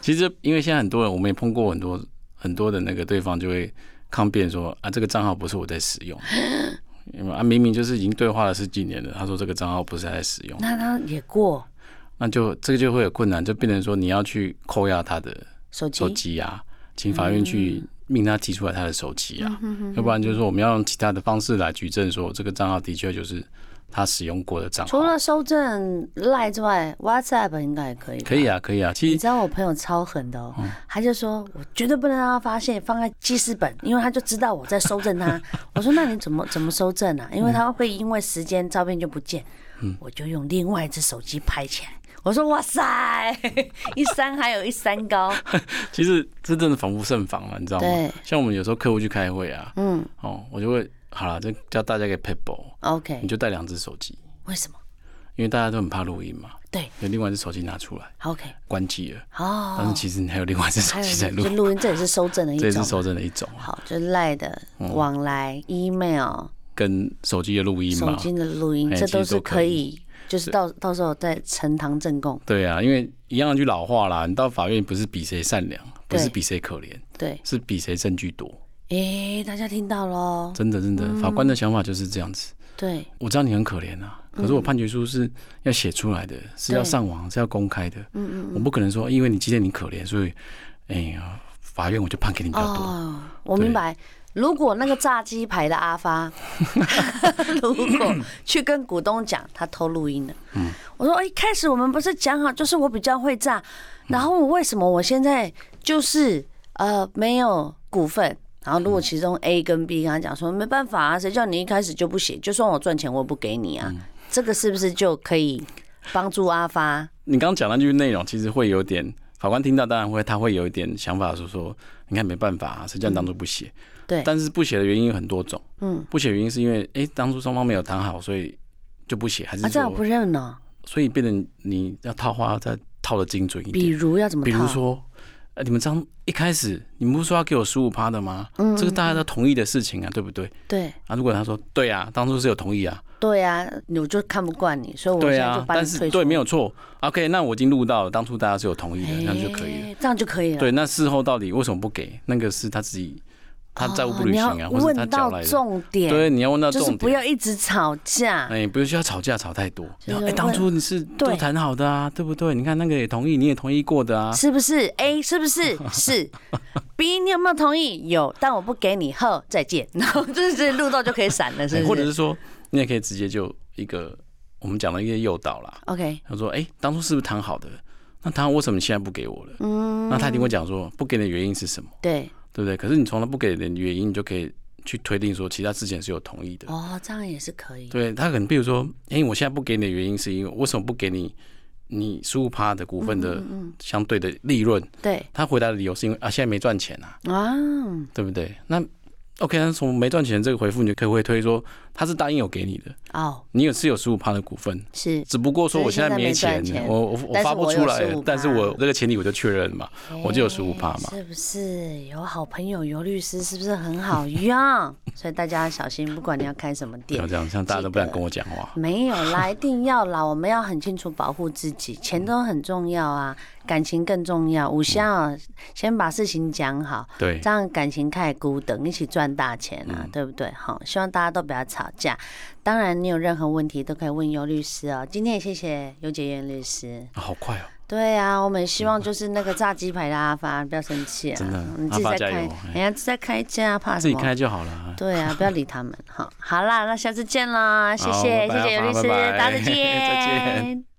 [SPEAKER 2] 其实因为现在很多人，我们也碰过很多很多的那个对方就会抗辩说啊，这个账号不是我在使用，因为啊明明就是已经对话了十几年了，他说这个账号不是他在使用，
[SPEAKER 1] 那他也过
[SPEAKER 2] 那就这个就会有困难，就变成说你要去扣押他的
[SPEAKER 1] 手机
[SPEAKER 2] 手机啊，请法院去命他提出来他的手机啊，要不然就是说我们要用其他的方式来举证说这个账号的确就是他使用过的账号
[SPEAKER 1] 除。了收证赖之外，WhatsApp 应该也可以吧。
[SPEAKER 2] 可以啊，嗯可以啊。其
[SPEAKER 1] 你
[SPEAKER 2] 实
[SPEAKER 1] 知道我朋友超狠的哦，他就说我绝对不能让他发现，放在记事本，因为他就知道我在收证
[SPEAKER 2] <laughs>
[SPEAKER 1] 他。我说那你怎么怎么收证啊？因为他会因为时间照片就不见，
[SPEAKER 2] 嗯
[SPEAKER 1] 我就用另外一只手机拍起来。我说哇塞， <laughs> 一山还有一山
[SPEAKER 2] <laughs>
[SPEAKER 1] 高，
[SPEAKER 2] 其实这真的防不胜防了，啊你知道吗
[SPEAKER 1] 对？
[SPEAKER 2] 像我们有时候客户去开会啊，
[SPEAKER 1] 嗯
[SPEAKER 2] 哦，我就会好了，就叫大家给 paper，你
[SPEAKER 1] ，OK，
[SPEAKER 2] 就带两只手机，
[SPEAKER 1] 为什么？
[SPEAKER 2] 因为大家都很怕录音嘛，
[SPEAKER 1] 对
[SPEAKER 2] 有另外一只手机拿出来
[SPEAKER 1] ，OK，
[SPEAKER 2] 关机了，但
[SPEAKER 1] 哦
[SPEAKER 2] 是，其实你还有另外一只手
[SPEAKER 1] 还有
[SPEAKER 2] 机在
[SPEAKER 1] 就
[SPEAKER 2] 录
[SPEAKER 1] 是，录音，这也是收证的一
[SPEAKER 2] 这也是
[SPEAKER 1] 种。
[SPEAKER 2] 收证嗯的一种啊，
[SPEAKER 1] 好，就是赖的往来、email、
[SPEAKER 2] 跟手机的录音
[SPEAKER 1] 手
[SPEAKER 2] 嘛。
[SPEAKER 1] 机的录音，
[SPEAKER 2] 嗯哎
[SPEAKER 1] 这
[SPEAKER 2] 其实
[SPEAKER 1] 都是
[SPEAKER 2] 都可
[SPEAKER 1] 可以，就是到到时候再呈堂证供。
[SPEAKER 2] 对啊，因为一样一句老话啦，你到法院不是比谁善良，不是
[SPEAKER 1] 对
[SPEAKER 2] 比谁可怜，
[SPEAKER 1] 对，
[SPEAKER 2] 是比谁证据多。
[SPEAKER 1] 诶、大家听到喽？
[SPEAKER 2] 真的，真的，
[SPEAKER 1] 嗯
[SPEAKER 2] 法官的想法就是这样子。
[SPEAKER 1] 对
[SPEAKER 2] 我知道你很可怜啊，
[SPEAKER 1] 嗯
[SPEAKER 2] 可是我判决书是要写出来的，是要上网，是要公开的。嗯嗯，我不可能说，因为你今天你可怜，所以，哎呀，法院我就判给你比较多。
[SPEAKER 1] 哦，我明白。如果那个炸鸡排的阿发， <laughs> 如果去跟股东讲他偷录音了，嗯，我说哎一开始我们不是讲好，就是我比较会
[SPEAKER 2] 嗯
[SPEAKER 1] 炸，然后我为什么我现在就是呃没有股份？然后如果其中
[SPEAKER 2] 嗯
[SPEAKER 1] A 跟 B 跟他讲说没办法啊，谁叫你一开始就不写，就算我赚钱我也不给你
[SPEAKER 2] 嗯
[SPEAKER 1] 啊，这个是不是就可以帮助阿发？
[SPEAKER 2] 你刚刚讲那句内容，其实会有点法官听到当然会，他会有一点想法，说说你看没办法、啊，谁叫你当初不写？
[SPEAKER 1] 嗯对，
[SPEAKER 2] 但是不写的原因有很多种，
[SPEAKER 1] 嗯，
[SPEAKER 2] 不写原因是因为哎、诶当初双方没有谈好，所以就不写，还是
[SPEAKER 1] 啊，这样不
[SPEAKER 2] 说，
[SPEAKER 1] 认哦。
[SPEAKER 2] 所以变成你要套话再套的精准一
[SPEAKER 1] 比
[SPEAKER 2] 点，
[SPEAKER 1] 如要怎么
[SPEAKER 2] 比如
[SPEAKER 1] 套，
[SPEAKER 2] 说。呃，你们当一开始你们不是说要给我十五趴的吗？
[SPEAKER 1] 嗯
[SPEAKER 2] 这个大家都同意的事情啊，对不对？
[SPEAKER 1] 对
[SPEAKER 2] 啊，如果他说对啊，当初是有同意啊，
[SPEAKER 1] 对啊，我就看不惯你，所以我现
[SPEAKER 2] 对
[SPEAKER 1] 在就
[SPEAKER 2] 啊，
[SPEAKER 1] 把
[SPEAKER 2] 但
[SPEAKER 1] 你
[SPEAKER 2] 是
[SPEAKER 1] 退出。
[SPEAKER 2] 对没有错，OK，那我已经录到了，当初大家是有同意的，那就可以了。
[SPEAKER 1] 哎，这样就可以了。
[SPEAKER 2] 对，那事后到底为什么不给？那个是他自己他债务不履行
[SPEAKER 1] 哦你
[SPEAKER 2] 啊，
[SPEAKER 1] 要
[SPEAKER 2] 或是他
[SPEAKER 1] 问
[SPEAKER 2] 缴
[SPEAKER 1] 到
[SPEAKER 2] 来的。
[SPEAKER 1] 重点，
[SPEAKER 2] 对，你要问到
[SPEAKER 1] 就是
[SPEAKER 2] 重
[SPEAKER 1] 不
[SPEAKER 2] 点。
[SPEAKER 1] 要一直吵架。
[SPEAKER 2] 哎，不需要吵架吵太多。
[SPEAKER 1] 就是
[SPEAKER 2] 然后
[SPEAKER 1] 问
[SPEAKER 2] 哎，当初你是都
[SPEAKER 1] 对
[SPEAKER 2] 谈好的啊，对不对？你看那个也同意，你也同意过的啊。
[SPEAKER 1] 是不是 A 是不是是
[SPEAKER 2] <laughs>
[SPEAKER 1] B 你有没有同意？有，但我不给你，呵，再见。 <laughs> 然后就是录到就可以闪了，是
[SPEAKER 2] 哎
[SPEAKER 1] 不是？
[SPEAKER 2] 或者是说，你也可以直接就一个我们讲的一个诱导啦。
[SPEAKER 1] OK，
[SPEAKER 2] 他说：“哎，当初是不是谈好的？那谈好为什么你现在不给我了？”
[SPEAKER 1] 嗯，
[SPEAKER 2] 那他一定会讲说不给你的原因是什么，
[SPEAKER 1] 对
[SPEAKER 2] 对不对？可是你从来不给的原因，你就可以去推定说，其实他之前是有同意的。
[SPEAKER 1] 哦，这样也是可以。
[SPEAKER 2] 对他可能，比如说，哎、我现在不给你的原因是因为为什么不给你你十五趴的股份
[SPEAKER 1] 嗯
[SPEAKER 2] 的相对的利润？
[SPEAKER 1] 对
[SPEAKER 2] 他回答的理由是因为啊，现在没赚钱啊，
[SPEAKER 1] 啊，
[SPEAKER 2] 对不对？那 OK，那从没赚钱这个回复，你就可以会推说他是答应有给你的，
[SPEAKER 1] 哦，
[SPEAKER 2] 你也是有十五趴的股份，
[SPEAKER 1] 是
[SPEAKER 2] 只不过说我现在没
[SPEAKER 1] 所
[SPEAKER 2] 钱，
[SPEAKER 1] 以现在没赚钱
[SPEAKER 2] 我我我
[SPEAKER 1] 但是
[SPEAKER 2] 发不
[SPEAKER 1] 我有
[SPEAKER 2] 出来
[SPEAKER 1] 15%，
[SPEAKER 2] 但是我这个前提我就确认嘛，我就有
[SPEAKER 1] 哎
[SPEAKER 2] 15%嘛
[SPEAKER 1] 是不是？有好朋友有律师，是不是很好
[SPEAKER 2] <laughs>
[SPEAKER 1] 用？所以大家要小心，不管你要开什么
[SPEAKER 2] 不
[SPEAKER 1] 店
[SPEAKER 2] 要，这样，像大家都不敢跟我讲话。
[SPEAKER 1] 没有啦，一定要啦，我们要很清楚保护自己，钱都很重要啊，感情更重要。五香啊，先把事情讲好，
[SPEAKER 2] 对嗯
[SPEAKER 1] 这，样感情开始孤等，一起赚大钱啊，对不对？好，希望大家都不要吵架。当然，你有任何问题都可以问尤律师哦。今天也谢谢尤杰燕律师。
[SPEAKER 2] 啊好快哦，
[SPEAKER 1] 对啊，我们也希望就是那个炸鸡排的阿发不要生气啊，
[SPEAKER 2] 嗯真的
[SPEAKER 1] 你自己
[SPEAKER 2] 阿
[SPEAKER 1] 在
[SPEAKER 2] 发加油
[SPEAKER 1] 开，
[SPEAKER 2] 哎
[SPEAKER 1] 人家在开价，怕
[SPEAKER 2] 自
[SPEAKER 1] 什
[SPEAKER 2] 己
[SPEAKER 1] 么？
[SPEAKER 2] 开就好了啊。
[SPEAKER 1] 对啊，不要理他们。好，好啦，那下次见啦，谢谢，谢
[SPEAKER 2] 好拜拜
[SPEAKER 1] 谢尤律师，
[SPEAKER 2] 拜拜
[SPEAKER 1] 大家再
[SPEAKER 2] <laughs> 再见
[SPEAKER 1] 见。